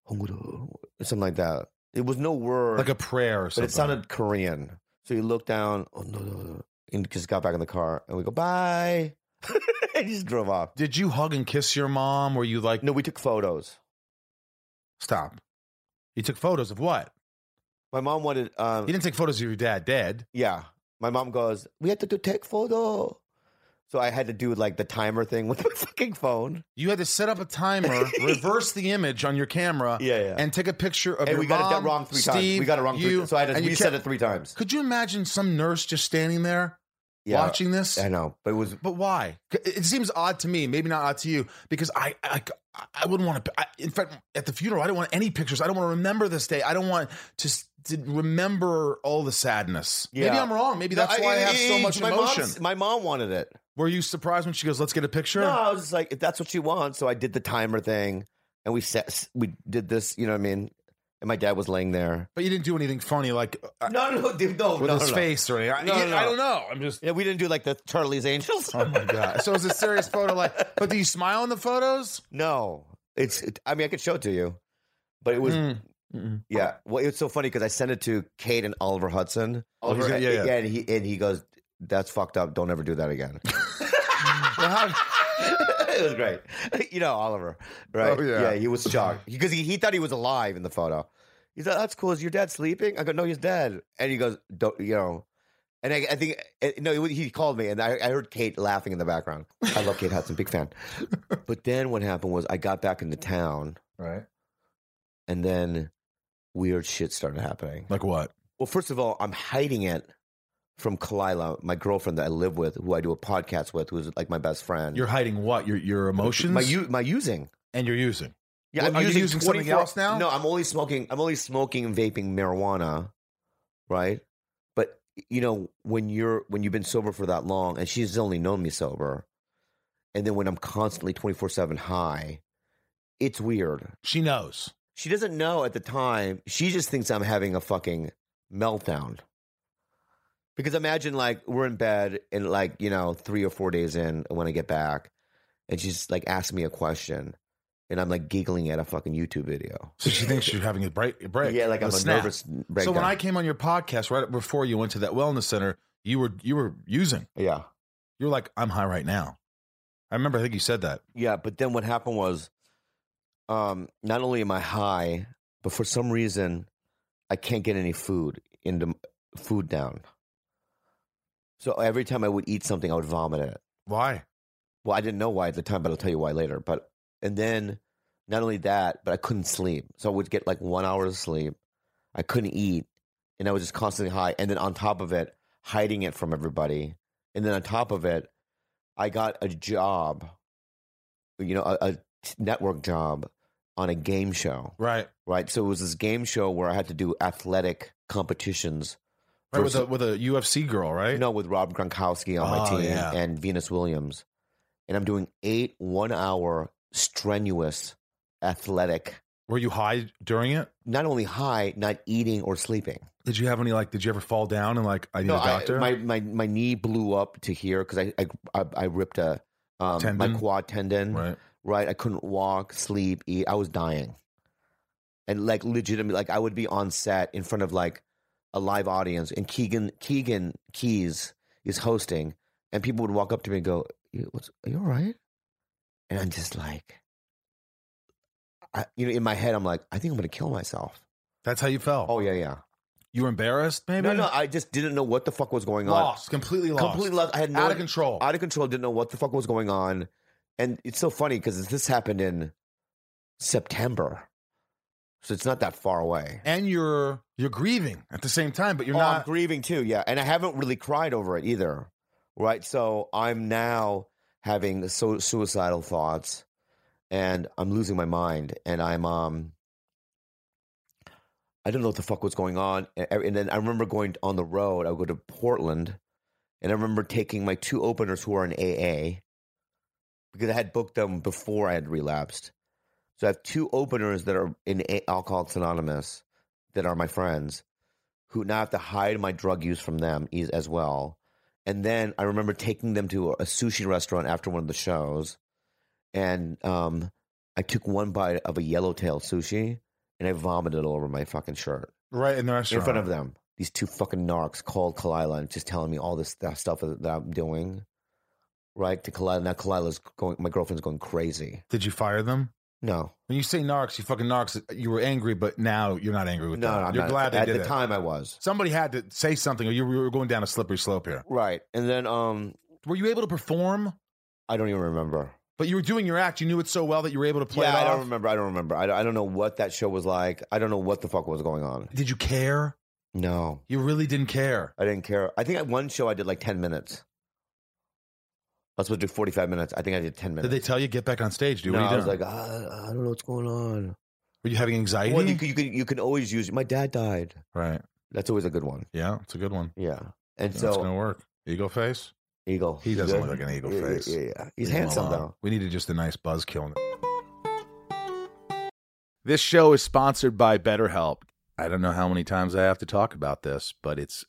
Oh, no," something like that. It was no word, Like a prayer or but something. it sounded Korean. So he looked down "Oh, no, no, no," and just got back in the car and we go bye. [laughs] and he just drove off. Did you hug and kiss your mom? Were you like, No, we took photos. stop? You took photos of what? My mom wanted. Um, You didn't take photos of your dad dead. Yeah. My mom goes, We had to do take photo. So I had to do like the timer thing [laughs] with my fucking phone. You had to set up a [laughs] timer, reverse the image on your camera, Yeah, yeah. And, Uh, and take a picture of your we got it mom, that wrong three times. Steve, We got it wrong you, three So I had to and you reset kept- it three times. Could you imagine some nurse just standing there Yeah. watching this? I know. But it was But why? It it seems odd to me. Maybe not odd to you, because I I, I wouldn't want to. I, in fact, at the funeral, I don't want any pictures. I don't want to remember this day. I don't want to, s- to remember all the sadness. Maybe Yeah. I'm wrong. Maybe that's No, why I, have it- so it- much my emotion. mom's- My mom wanted it. Were you surprised when she goes, "Let's get a picture"? No, I was just like, if that's what she wants. So I did the timer thing and we set, we did this, you know what I mean? And my dad was laying there. But you didn't do anything funny, like uh, No, no, dude, no, with no, his no. face or anything. I- No, I, no, no. I don't know. I'm just. Yeah, we didn't do like the Charlie's Angels. Oh my god! So it's a serious photo. Like, but do you smile in the photos? [laughs] No, it's. It, I mean, I could show it to you, but it was. Mm. Mm-mm. Yeah. Well, it's so funny because I sent it to Kate and Oliver Hudson. Oh, he's Oliver, gonna- yeah, yeah. and he and he goes, "That's fucked up. Don't ever do that again." [laughs] Well, how- it was great. [laughs] You know, Oliver, right? Oh, yeah. he was shocked because he, he thought he was alive in the photo. He's like, "That's cool. Is your dad sleeping?" I go, "No, he's dead." And he goes, "Don't you know?" And I, I think eh, no, he he called me, and I, I heard Kate laughing in the background. I love Kate Hudson, big fan. But then what happened was I got back into town, right. and then weird shit started happening. Like what? Well, first of all, I'm hiding it from Kalila, my girlfriend that I live with, who I do a podcast with, who's like my best friend. You're hiding what? Your your emotions my u- my using. and you're using. Yeah, Well, I'm are you using, using something 24 else now? No, I'm only smoking. I'm only smoking and vaping marijuana, right? But you know, when you're when you've been sober for that long, and she's only known me sober, and then when I'm constantly 24 seven high, it's weird. She knows. She doesn't know at the time. She just thinks I'm having a fucking meltdown. Because imagine like we're in bed and like, you know, three or four days in when I get back and she's like asking me a question and I'm like giggling at a fucking YouTube video. So she thinks you're having a break. A break [laughs] Yeah, like a I'm a snap. nervous So breakdown. when I came on your podcast right before you went to that wellness center, you were you were using. Yeah. You were like, I'm high right now. I remember. I think you said that. Yeah. But then what happened was um, not only am I high, but for some reason, I can't get any food in the food down. So every time I would eat something, I would vomit it. Why? Well, I didn't know why at the time, but I'll tell you why later. But and then not only that, but I couldn't sleep. So I would get like one hour of sleep. I couldn't eat, and I was just constantly high. And then on top of it, hiding it from everybody. And then on top of it, I got a job, you know, a, a t- network job on a game show, Right. right? So it was this game show where I had to do athletic competitions. Right with versus- a with a UFC girl, right? no, with Rob Gronkowski on my Oh, team yeah. and Venus Williams. And I'm doing eight one hour strenuous athletic, Were you high during it? not only high, not eating or sleeping. Did you have any like? Did you ever fall down and like? I need No, a I- doctor. my, my, my knee blew up to here because I, I, I, I ripped a um, my Tendon? quad tendon. right. right? I couldn't walk, sleep, eat. I was dying. And like legitimately, like I would be on set in front of like a live audience, and Keegan Keegan Keys is hosting, and people would walk up to me and go, "You- "What's are you all right?" And I'm just like, I, you know, in my head, I'm like, I think I'm gonna kill myself. That's how you fell. Oh yeah, yeah. you were embarrassed, maybe. No, no, I just didn't know what the fuck was going on. lost, completely lost, Completely lost. I had no out of control. out of control. Didn't know what the fuck was going on, and it's so funny because this happened in September, so it's not that far away. and you're you're grieving at the same time, but you're Oh, I'm not. grieving too, yeah, and I haven't really cried over it either, right? So I'm now having so suicidal thoughts, and I'm losing my mind, and I'm um. I don't know what the fuck was going on, and and then I remember going on the road. I would go to Portland, and I remember taking my two openers who are in AA because I had booked them before I had relapsed. So I have two openers that are in A- Alcoholics Anonymous that are my friends who now have to hide my drug use from them is- as well. And then I remember taking them to a sushi restaurant after one of the shows. And um, I took one bite of a yellowtail sushi and I vomited all over my fucking shirt right in the restaurant in front of them. These two fucking narcs called Kalila and just telling me all this th- stuff that that I'm doing, right? To Kalila. Now Kalila's going, my girlfriend's going crazy. Did you fire them? No, When you say narcs, you fucking narcs. You were angry, but now you're not angry no, with no, them. I'm you're not. glad they At did the it. time I was. Somebody had to say something, or you were you were going down a slippery slope here. Right. And then um, Were you able to perform? I don't even remember. But you were doing your act. You knew it so well that you were able to play yeah, it I off. don't remember. I don't remember. I don't, I don't know what that show was like. I don't know what the fuck was going on. Did you care? No, You really didn't care. I didn't care. I think at one show I did like 10 minutes. I was supposed to do 45 minutes. I think I did 10 minutes. Did they tell you get back on stage, dude? no, what are I you was doing? like, "Ah, I don't know what's going on. were you having anxiety? Well, you can, you can you can always use. My dad died. right. That's always a good one. Yeah, it's a good one. Yeah, and That's so gonna work. Eagle face. eagle. He doesn't Yeah. look like an eagle Yeah, yeah, face. Yeah, yeah. he's Leave him handsome alone. though. We needed just a nice buzz killing. This show is sponsored by BetterHelp. I don't know how many times I have to talk about this, but it's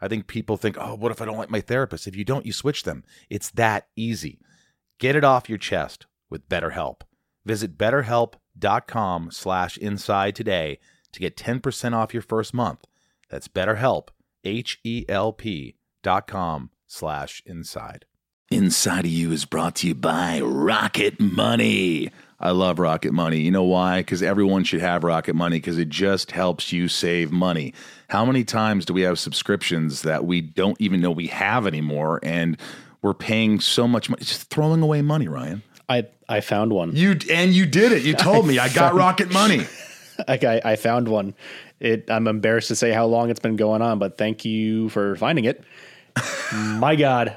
I think people think, oh, what if I don't like my therapist? If you don't, you switch them. It's that easy. Get it off your chest with BetterHelp. Visit betterhelp.com slash inside today to get 10% off your first month. That's betterhelp, H-E-L-P E dot com slash inside. Inside of You is brought to you by Rocket Money. I love Rocket Money. You know why? Because everyone should have Rocket Money because it just helps you save money. How many times do we have subscriptions that we don't even know we have anymore and we're paying so much money? It's just throwing away money, Ryan. I I found [laughs] one. You and you did it. You told me I got found- Rocket Money. like I, I found one. It I'm embarrassed to say how long it's been going on, but thank you for finding [laughs] it. My God,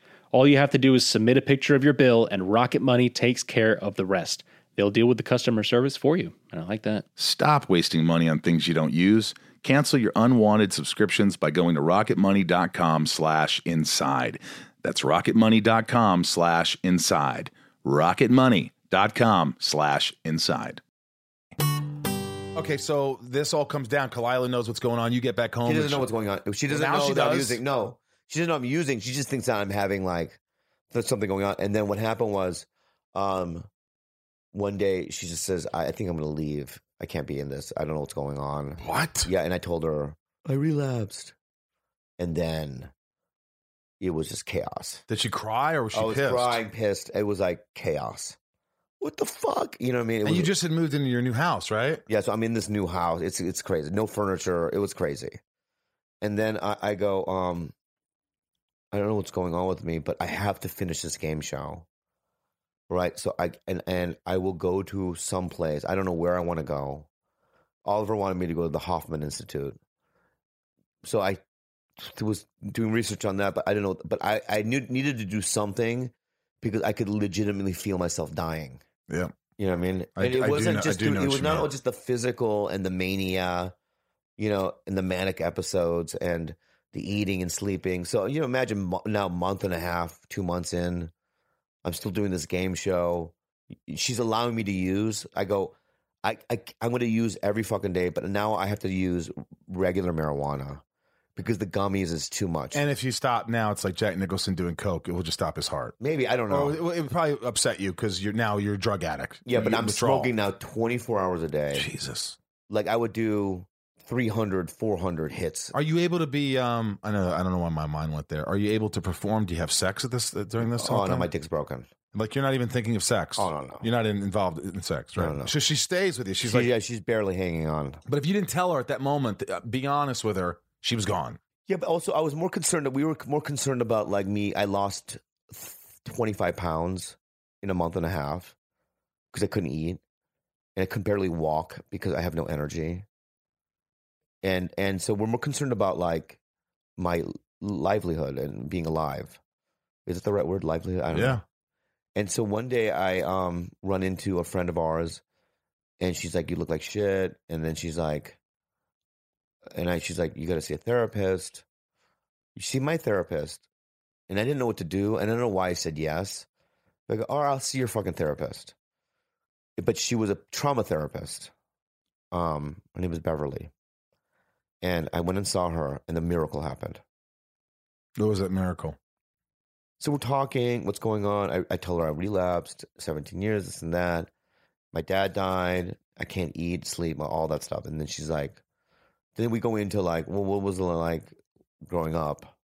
All you have to do is submit a picture of your bill, and Rocket Money takes care of the rest. They'll deal with the customer service for you. And I like that. Stop wasting money on things you don't use. Cancel your unwanted subscriptions by going to rocketmoney.com slash inside. That's rocketmoney.com slash inside. Rocketmoney.com slash inside. Okay, so this all comes down. Kalila knows what's going on. You get back home. She doesn't and know she- what's going on. She doesn't Well, now know she that I'm does. using. No, she doesn't know I'm using. She just thinks that I'm having like there's something going on. And then what happened was, um, one day she just says, "I, I think I'm going to leave. I can't be in this. I don't know what's going on." What? Yeah, and I told her I relapsed, and then it was just chaos. Did she cry or was she I was pissed? Oh, crying, pissed. It was like chaos. What the fuck? You know what I mean? It And was, you just had moved into your new house, right? yeah, so I'm in this new house. It's it's crazy. No furniture. It was crazy. And then I, I go, um, I don't know what's going on with me, but I have to finish this game show. Right. So I and and I will go to some place. I don't know where I want to go. Oliver wanted me to go to the Hoffman Institute. So I was doing research on that, but I didn't know. But I, I knew, needed to do something because I could legitimately feel myself dying. Yeah. You know what I mean? I and d- it I do wasn't know- I just, do doing- know it what was you not mean. all just the physical and the mania, you know, and the manic episodes and the eating and sleeping. So, you know, imagine mo- now, month and a half, two months in, I'm still doing this game show. She's allowing me to use. I go, I, I I'm going to use every fucking day, but now I have to use regular marijuana because the gummies is too much. And if you stop now, it's like Jack Nicholson doing coke. It will just stop his heart. Maybe I don't know. Or Oh, it, would- it would probably upset you because you're now you're a drug addict. yeah, but You- I'm withdrawal. smoking now 24 hours a day. Jesus. Like I would do 300, 400 hits. Are you able to be? Um, I know. I don't know why my mind went there. Are you able to perform? Do you have sex at this uh, during this? whole Oh no, thing? my dick's broken. like you're not even thinking of sex. Oh no, no. You're not in, involved in sex, No, right? no, no. So she stays with you. She's She's like, yeah, she's barely hanging on. but if you didn't tell her at that moment, uh, be honest with her, she was gone. Yeah, but also I was more concerned that we were more concerned about like me. I lost twenty five pounds in a month and a half because I couldn't eat and I could barely walk because I have no energy. And and so we're more concerned about like my livelihood and being alive. Is it the right word? Livelihood? I don't know. Yeah. And so one day I um run into a friend of ours and she's like, You look like shit. And then she's like and I she's like, You gotta see a therapist. You see my therapist. And I didn't know what to do. And I don't know why I said yes. But I go, Or I'll see your fucking therapist. But she was a trauma therapist. Um, her name was Beverly. And I went and saw her and the miracle happened. What was that miracle? So we're talking, what's going on? I, I tell her I relapsed, 17 years, this and that. My dad died. I can't eat, sleep, all that stuff. And then she's like, then we go into like, well, what was it like growing up?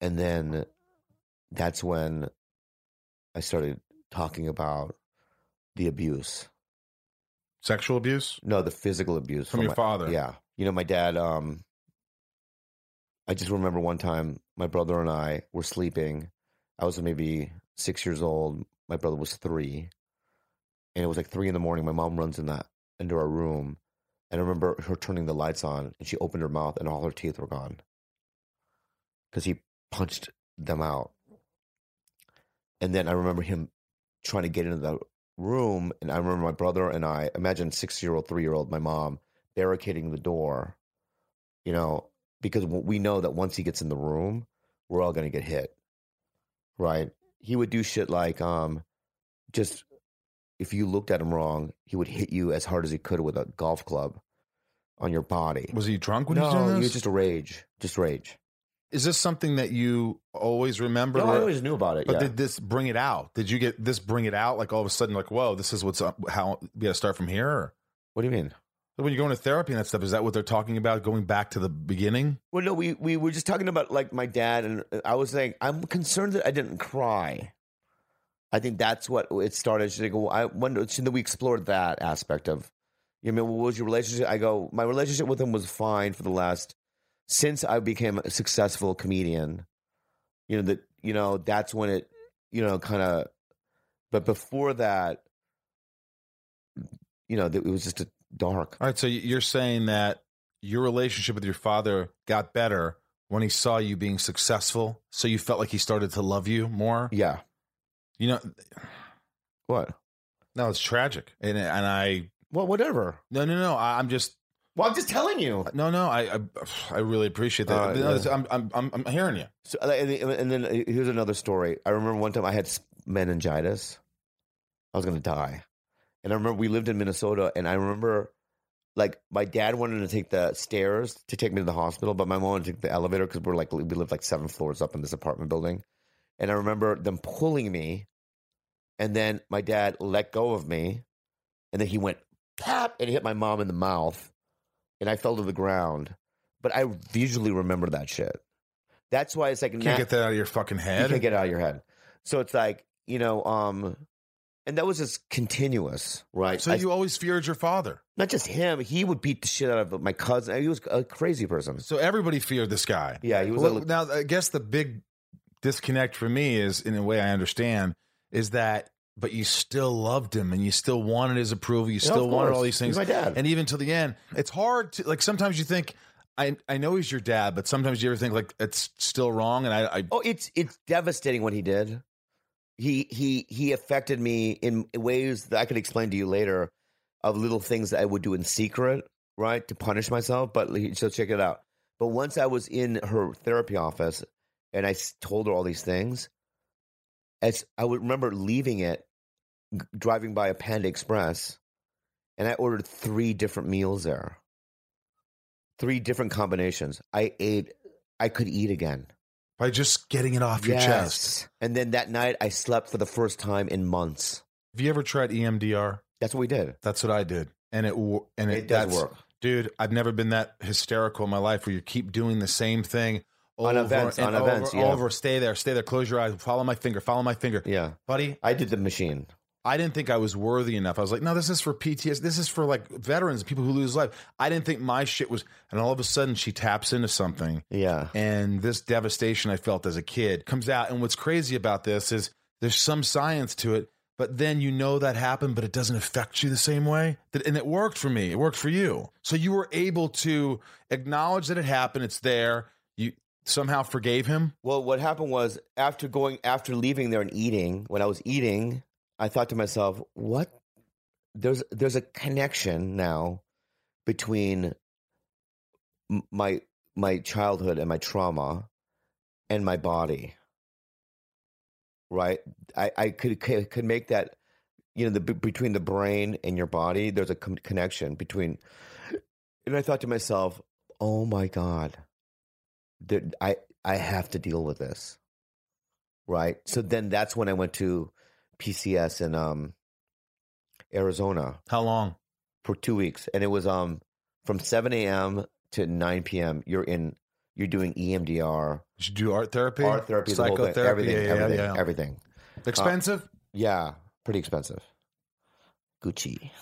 And then that's when I started talking about the abuse. Sexual abuse No, the physical abuse from, from your my- father. Yeah. You know, my dad, um, I just remember one time my brother and I were sleeping. I was maybe six years old. My brother was three. And it was like three in the morning. My mom runs in that into our room. And I remember her turning the lights on and she opened her mouth and all her teeth were gone. Because he punched them out. And then I remember him trying to get into the room. And I remember my brother and I, imagine six year old, three year old, my mom barricading the door, you know, because w- we know that once he gets in the room, we're all going to get hit. Right? He would do shit like um just if you looked at him wrong, he would hit you as hard as he could with a golf club on your body. Was he drunk when no, he was doing he this? was just a rage, just rage. Is this something that you always remember? No, or- I always knew about it. but yeah. did this bring it out? Did you get this bring it out? Like all of a sudden, like whoa, this is what's up. How we got to start from here? Or what do you mean? when you're going to therapy and that stuff, is that what they're talking about? Going back to the beginning? Well, no, we, we were just talking about like my dad, and I was saying I'm concerned that I didn't cry. I think that's what it started. She's like, well, I wonder. She, then we explored that aspect of, you know, what was your relationship? I go, my relationship with him was fine for the last since I became a successful comedian. You know that you know that's when it, you know, kind of. But before that, you know, that it was just a dark. All right, so you're saying that your relationship with your father got better when he saw you being successful, so you felt like he started to love you more. Yeah. You know, What? no, it's tragic, and and I Well, whatever. no no no, I, I'm just Well, I'm just telling you. no no, I I, I really appreciate that. All right, No, yeah. it's- I'm, I'm I'm I'm hearing you. So, uh, and, and then uh, here's another story. I remember one time I had s- meningitis. I was going to die. And I remember we lived in Minnesota, and I remember like my dad wanted to take the stairs to take me to the hospital, but my mom wanted to take the elevator because we're like, we lived like seven floors up in this apartment building. And I remember them pulling me, and then my dad let go of me, and then he went pop and he hit my mom in the mouth, and I fell to the ground. But I visually remember that shit. That's why it's like Can't na- get that out of your fucking you head. can't get it out of your head. So it's like you know, um, and that was just continuous, right? so I- you always feared your father. not just him; he would beat the shit out of my cousin. He was a crazy person. So everybody feared this guy. Yeah, he was. Well, a, now, I guess the big disconnect for me is, in a way, I understand, is that, but you still loved him and you still wanted his approval. You Yeah, still of wanted course. all these things. He's my dad. And even till the end, it's hard to, like, sometimes you think, I, I know he's your dad, but sometimes you ever think, like, it's still wrong. And I, I oh, it's it's devastating what he did. He he he affected me in ways that I could explain to you later, of little things that I would do in secret, right, to punish myself. But he- so check it out. But once I was in her therapy office, and I s- told her all these things, as I would remember leaving it, g- driving by a Panda Express, and I ordered three different meals there, three different combinations. I ate. I could eat again by just getting it off your chest. and then that night I slept for the first time in months. Have you ever tried E EMDR? That's what we did. That's what I did. And it, wo- and it, It does that's- work. Dude, I've never been that hysterical in my life where you keep doing the same thing On events, and on over, events, yeah. over. Stay there, stay there. Close your eyes. Follow my finger. Follow my finger, Yeah. buddy. I did the machine. I didn't think I was worthy enough. I was like, no, this is for PTS. This is for like veterans, people who lose life. I didn't think my shit was. And all of a sudden, she taps into something, Yeah. and this devastation I felt as a kid comes out. And what's crazy about this is there's some science to it, but then you know that happened, but it doesn't affect you the same way. That- And it worked for me. It worked for you. So you were able to acknowledge that it happened. It's there. You somehow forgave him. Well, what happened was after going after leaving there and eating, when I was eating, I thought to myself, "What? There's there's a connection now between m- my my childhood and my trauma and my body." Right? I I could could could make that you know the b- between the brain and your body, there's a con- connection between and I thought to myself, "Oh my god. There, I I have to deal with this. Right. So then that's when I went to PCS in um, Arizona How long? for two weeks. And it was um, from 7 a.m. to 9 p.m. You're in, you're doing E EMDR, Did you do art therapy? art therapy, the whole thing, psychotherapy, everything, yeah, uh, yeah, everything, yeah. everything. Expensive? Yeah. Pretty expensive. Gucci.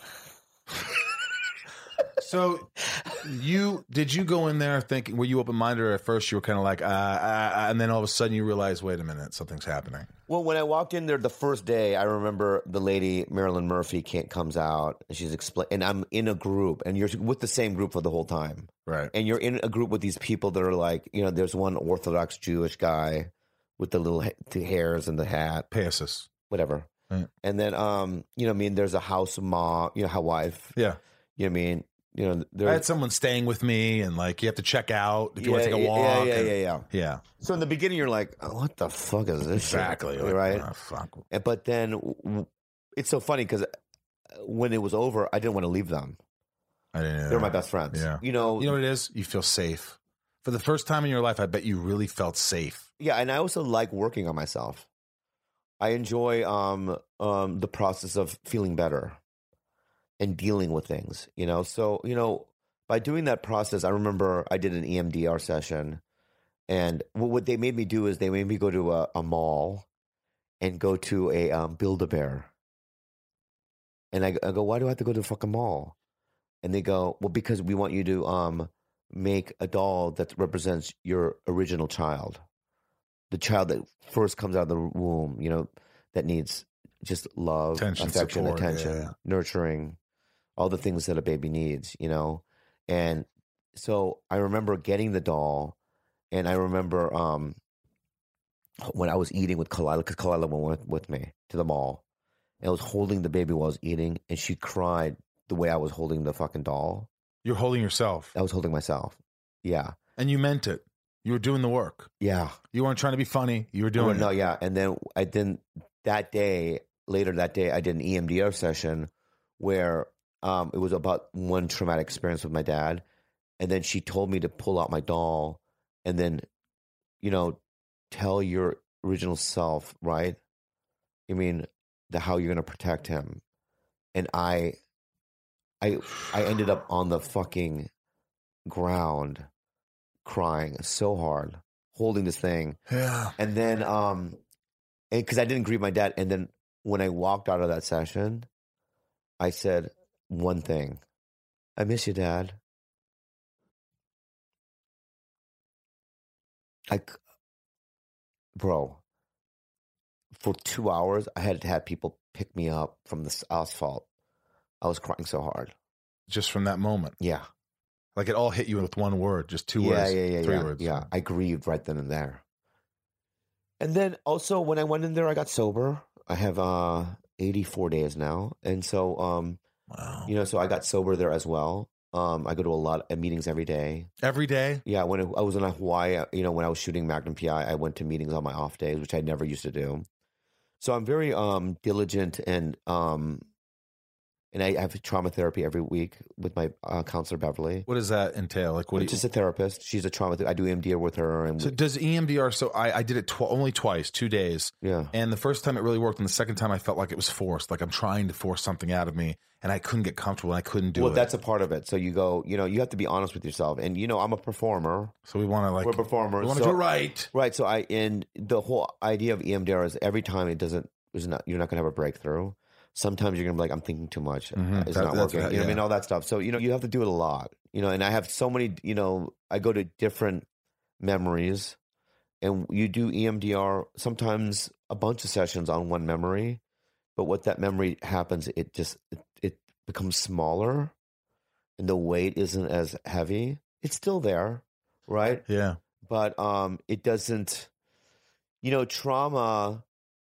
So you did you go in there thinking were you open minded or at first you were kind of like uh, uh, uh, and then all of a sudden you realize wait a minute something's happening. Well, when I walked in there the first day, I remember the lady Marilyn Murphy can't comes out and she's explain, and I'm in a group, and you're with the same group for the whole time, Right. and you're in a group with these people that are like, you know, there's one Orthodox Jewish guy with the little ha- the hairs and the hat, Passes. whatever, Right. and then um, you know, what I mean, there's a house mom, you know, how wife, Yeah. you know, what I mean, you know, I there's had someone staying with me and like you have to check out if you want to Yeah, take a yeah, walk. yeah, and- yeah, yeah, yeah. [laughs] yeah. So in the beginning, you're like, oh, what the fuck is this? shit?" Exactly. Like, right. ah, fuck. And- But then w- w- it's so funny because when it was over, I didn't want to leave them. I didn't know. They're my best friends. Yeah. You know, You know what it is? You feel safe. For the first time in your life, I bet you really felt safe. yeah, and I also like working on myself. I enjoy um um the process of feeling better and dealing with things, you know. So, you know, by doing that process, I remember I did an E EMDR session and what, what they made me do is they made me go to a, a mall and go to a um, Build-A-Bear. And I, I go, why do I have to go to a fucking mall? And they go, well, because we want you to um, make a doll that represents your original child, the child that first comes out of the womb, you know, that needs just love, Attention, affection, support, attention, yeah. nurturing, all the things that a baby needs, you know. And so I remember getting the doll, and I remember um, when I was eating with Kalila, because Kalila went with, with me to the mall, and I was holding the baby while I was eating, and she cried the way I was holding the fucking doll. You're holding yourself. I was holding myself. Yeah, And you meant it. You were doing the work. yeah. You weren't trying to be funny. You were No, doing no, it. yeah. And then I then that day, later that day, I did an E EMDR session where um, it was about one traumatic experience with my dad, and then she told me to pull out my doll, and then, you know, tell your original self, right? I mean, the how you're gonna protect him, and I, I, I ended up on the fucking ground, crying so hard, holding this thing. Yeah. And then, um, because I didn't grieve my dad. And then when I walked out of that session, I said one thing I miss you, dad. I, c- bro, for two hours, I had to have people pick me up from the asphalt. I was crying so hard. Just from that moment. Yeah. Like it all hit you with one word, just two yeah, words. Yeah, yeah, three yeah, words. Yeah, I grieved right then and there. And then also when I went in there, I got sober. I have uh 84 days now, and so um, Wow. you know, so I got sober there as well. Um, I go to a lot of meetings every day. Every day. Yeah, when I was in Hawaii, uh, you know, when I was shooting Magnum PI, I went to meetings on my off days, which I never used to do. So I'm very um, diligent and um, and I have trauma therapy every week with my uh, counselor Beverly. What does that entail? Like what do Which you, is a therapist. She's a trauma. ther- I do EMDR with her, and So does E EMDR? So I, I did it tw- only twice, two days, yeah, and the first time it really worked, and the second time I felt like it was forced, like I'm trying to force something out of me, and I couldn't get comfortable, and I couldn't do well, it. that's a part of it. So you go, you know, you have to be honest with yourself, and you know, I'm a performer. so we want to like We're performers. we want to so- do it right. right? So I and the whole idea of E EMDR is every time it doesn't is not you're not going to have a breakthrough. Sometimes you're going to be like, I'm thinking too much. Uh, Mhm. It's That- not that's working. what- you know what I mean? yeah. All that stuff. So you know, you have to do it a lot. You know, and I have so many. You know, I go to different memories, and you do E EMDR sometimes a bunch of sessions on one memory, but what that memory happens, it just it, it becomes smaller, and the weight isn't as heavy. It's still there, right? Yeah, but um it doesn't you know trauma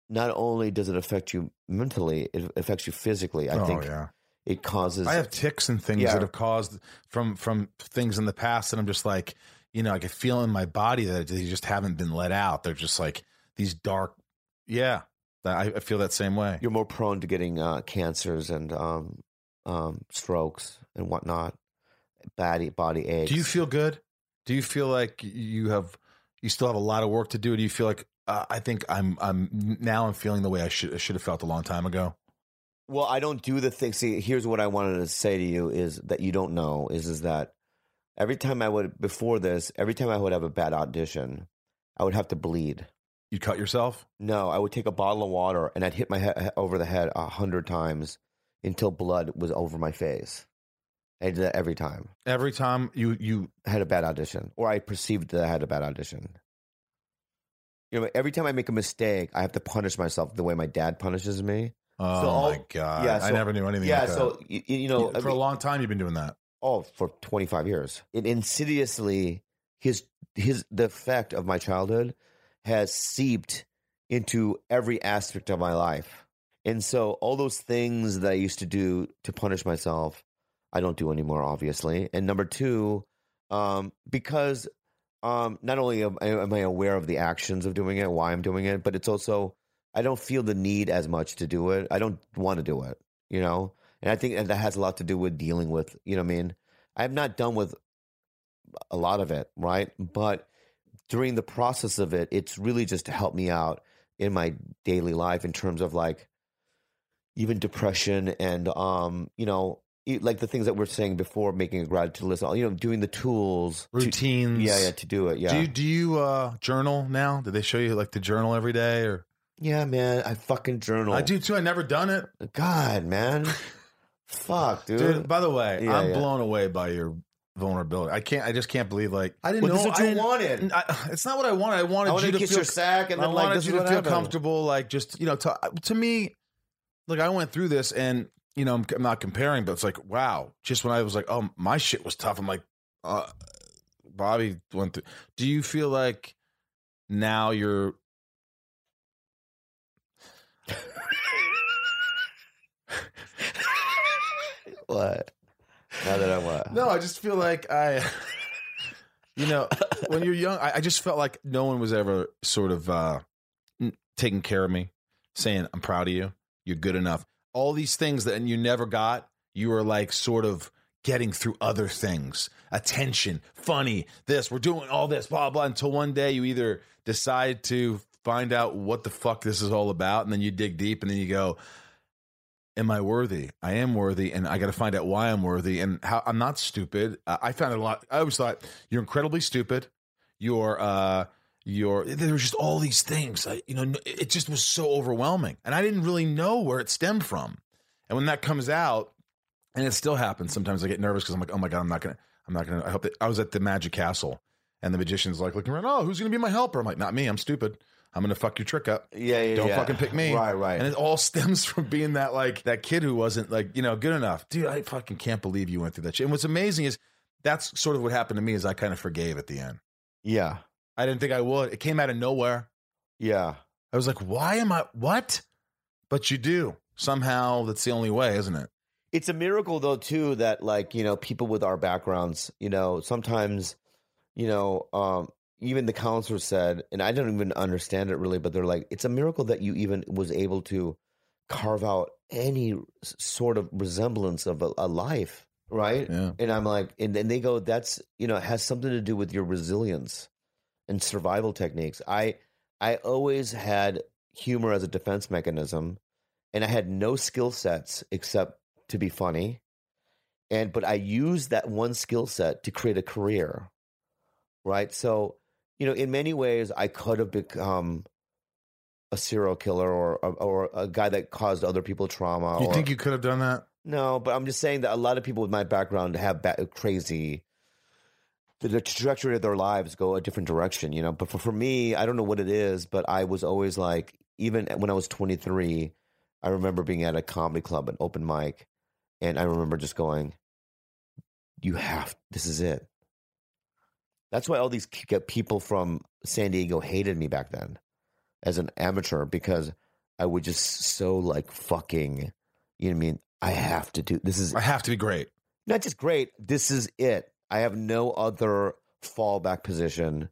not only does it affect you mentally it affects you physically i oh think yeah. it causes I have ticks and things Yeah. that have caused from from things in the past that I'm just like, you know, I can feel in my body that they just haven't been let out. They're just like these dark. Yeah, I, I feel that same way. you're more prone to getting uh cancers and um um strokes and whatnot body body aches Do you feel good? Do you feel like you have you still have a lot of work to do? Do you feel like uh, I think I'm I'm now I'm feeling the way I should I should have felt a long time ago? Well, I don't do the thing. See, here's what I wanted to say to you is that you don't know is is that every time I would before this, every time I would have a bad audition, I would have to bleed. You cut yourself? No, I would take a bottle of water and I'd hit my head over the head a hundred times until blood was over my face. I did that every time. Every time you you I had a bad audition, or I perceived that I had a bad audition. You know, every time I make a mistake, I have to punish myself the way my dad punishes me. oh all- my god, yeah, I so- never knew anything. yeah, like that. so you, you know, I for a mean- long time you've been doing that. oh, for twenty five years, it insidiously his his the effect of my childhood has seeped into every aspect of my life, and so all those things that I used to do to punish myself, I don't do anymore, obviously. And number two, um, because um, not only am, am I aware of the actions of doing it, why I'm doing it, but it's also I don't feel the need as much to do it. I don't want to do it, you know. And I think that has a lot to do with dealing with, you know, what I mean, I'm not done with a lot of it, right? But during the process of it, it's really just to help me out in my daily life in terms of like even depression and um, you know, e- like the things that we we're saying before, making a gratitude list, you know, doing the tools, to- Routines. yeah, yeah, to do it, yeah. Do you do you uh, journal now? Do they show you like the journal every day? Or Yeah, man, I fucking journal. I do too. I never done it, God, man. Fuck, dude. dude. by the way, Yeah, I'm yeah. blown away by your vulnerability. I can't. I just can't believe like I didn't Well, this know. is what you I didn't- wanted. I- [sighs] it's not what I wanted. I wanted I want you to to kiss feel. your sack and I then like wanted this you is to what feel happened. comfortable. Like just you know, to, to me, like I went through this, and you know, I'm, I'm not comparing, but it's like wow. Just when I was like, oh, my shit was tough. I'm like, uh, Bobby went through. Do you feel like now you're [laughs] What? Now that I [laughs] what? No, I just feel like I, [laughs] you know, when you're young, I, I just felt like no one was ever sort of uh, n- taking care of me, saying, I'm proud of you. You're good enough. All these things that and you never got, you were like sort of getting through other things attention, funny, this, we're doing all this, blah, blah, until one day you either decide to find out what the fuck this is all about. And then you dig deep and then you go, am I worthy? I am worthy, and I got to find out why I'm worthy and how I'm not stupid. Uh, I found it a lot. I always thought you're incredibly stupid. You're, uh, you're. There was just all these things. I, you know, n- it just was so overwhelming, and I didn't really know where it stemmed from. And when that comes out, and it still happens sometimes, I get nervous because I'm like, oh my god, I'm not gonna, I'm not gonna. I hope that I was at the Magic Castle, and the magician's like looking around. Oh, who's gonna be my helper? I'm like, not me. I'm stupid. I'm gonna fuck your trick up. Yeah, yeah, Don't yeah. fucking pick me. Right, right. And it all [laughs] stems from being that like that kid who wasn't like, you know, good enough. Dude, I fucking can't believe you went through that shit. And what's amazing is that's sort of what happened to me is I kind of forgave at the end. yeah, I didn't think I would. It came out of nowhere. yeah. I was like, why am I what? But you do. Somehow that's the only way, isn't it? It's a miracle though too that like you know people with our backgrounds, you know, sometimes you know um, even the counselor said, and I don't even understand it really, but they're like, it's a miracle that you even was able to carve out any s- sort of resemblance of a, a life, right? Yeah. And I'm like, and then they go, that's you know, it has something to do with your resilience and survival techniques. I I always had humor as a defense mechanism, and I had no skill sets except to be funny. And but I used that one skill set to create a career. Right. So, you know, in many ways I could have become a serial killer or or a guy that caused other people trauma. You or, think you could have done that? no, but I'm just saying that a lot of people with my background have ba- uh, crazy. The, the trajectory of their lives go a different direction, you know. But for, for me, I don't know what it is, but I was always like, even when I was 23, I remember being at a comedy club, an open mic, and I remember just going, "You have this is it." That's why all these k- people from San Diego hated me back then, as an amateur, because I would just so like fucking, you know what I mean. I have to do this is I have to be great. not just great. This is it. I have no other fallback position.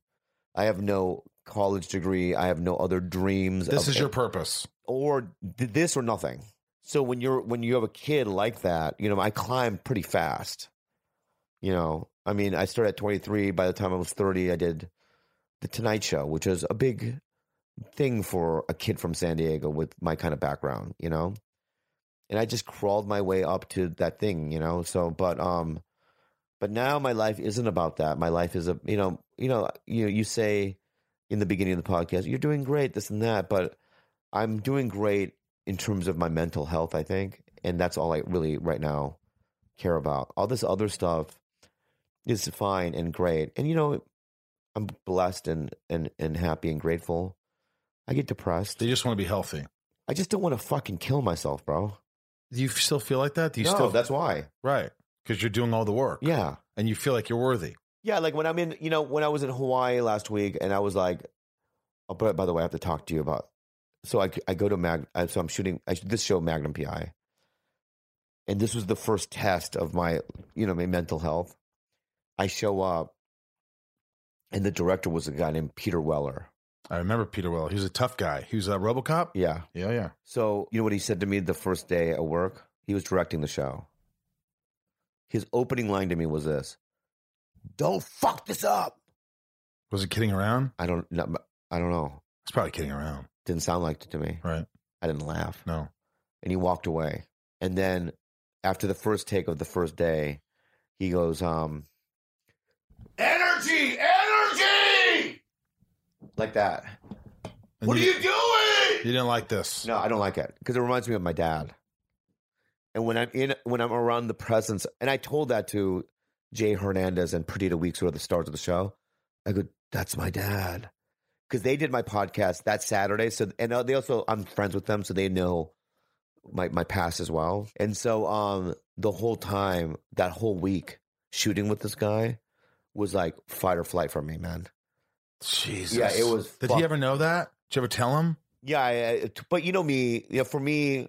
I have no college degree. I have no other dreams. This of- is your purpose. or th- this or nothing. So when you're when you have a kid like that, you know, I climbed pretty fast. You know, I mean, I started at 23. By the time I was 30, I did the Tonight Show, which is a big thing for a kid from San Diego with my kind of background. You know, and I just crawled my way up to that thing. You know, so but um, but now my life isn't about that. My life is a you know you know you you say in the beginning of the podcast, you're doing great, this and that, but I'm doing great in terms of my mental health, I think, and that's all I really right now care about. All this other stuff is fine and great, and you know, I'm blessed and and and happy and grateful. I get depressed. They just want to be healthy. I just don't want to fucking kill myself, bro. Do you still feel like that? Do you no, still that's why. right because you're doing all the work. Yeah. and you feel like you're worthy. Yeah, like when I'm in, you know, when I was in Hawaii last week, and I was like, "Oh, but by the way, I have to talk to you about." So I, I go to Mag, I, so I'm shooting I, this show Magnum PI, and this was the first test of my, you know, my mental health. I show up, and the director was a guy named Peter Weller. I remember Peter Weller. He was a tough guy. He was a RoboCop. Yeah. Yeah, yeah. So you know what he said to me the first day at work? He was directing the show. His opening line to me was this: "Don't fuck this up." Was he kidding around? I don't, not, I don't know. He's probably kidding around, Didn't sound like it to me. right? I didn't laugh. No. And he walked away. And then after the first take of the first day, he goes, um, Energy! Energy! Like that. And what are you, you doing? You didn't like this. No, I don't like it because it reminds me of my dad. And when I'm in, when I'm around the presence, and I told that to Jay Hernandez and Perdita Weeks, who are the stars of the show, I go, "That's my dad," because they did my podcast that Saturday. So, and they also, I'm friends with them, so they know my my past as well. And so, um, the whole time, that whole week shooting with this guy was like fight or flight for me, man. Jesus. Yeah, it was Did fucked he ever know that? Did you ever tell him? Yeah, I, I- t- but you know me. You know, for me,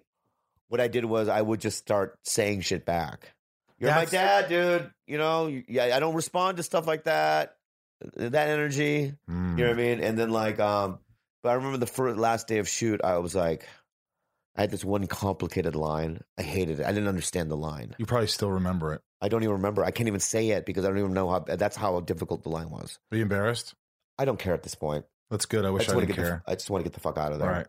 what I did was I would just start saying shit back. You're my dad, dude. You know, you- yeah. I don't respond to stuff like that. uh, That energy, Mm. you know what I mean. And then like, um, but I remember the first last day of shoot, I was like, I had this one complicated line. I hated it. I didn't understand the line. You probably still remember it. I don't even remember. I can't even say it because I don't even know how. uh, That's how difficult the line was. Are you embarrassed? I don't care at this point. That's good. I I wish just I, want to didn't get. The, care. f- I just want to get the fuck out of All there. right.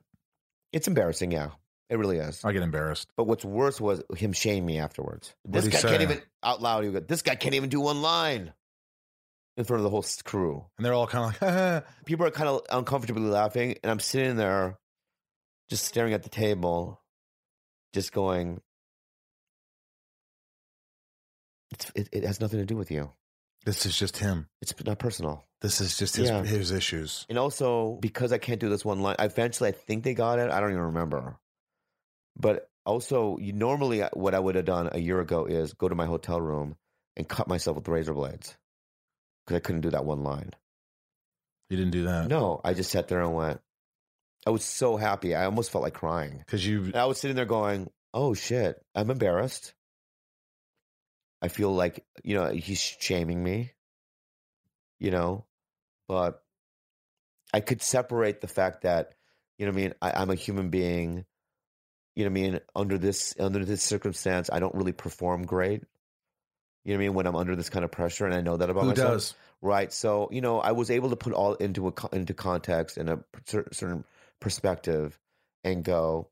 It's embarrassing. Yeah, it really is. I get embarrassed. But what's worse was him shaming me afterwards. What'd This he guy say? can't even out loud. He would go, "This guy can't even do one line in front of the whole s- crew." And they're all kind of like, [laughs] People are kind of uncomfortably laughing, and I'm sitting there, just staring at the table, just going, "It's it, it has nothing to do with you. this is just him. It's not personal." This is just his, Yeah. his issues. And also because I can't do this one line, eventually I think they got it. I don't even remember. But also, you normally what I would have done a year ago is go to my hotel room and cut myself with razor blades because I couldn't do that one line. You didn't do that. No, I just sat there and went. I was so happy. I almost felt like crying. Because you, And I was sitting there going, "Oh shit, I'm embarrassed. I feel like you know he's shaming me, you know, but I could separate the fact that you know what I mean. I, I'm a human being. You know what I mean. Under this under this circumstance, I don't really perform great. You know what I mean. When I'm under this kind of pressure, and I know that about who myself. does? Right. So, you know, I was able to put all into a co- into context and a cer- certain perspective and go,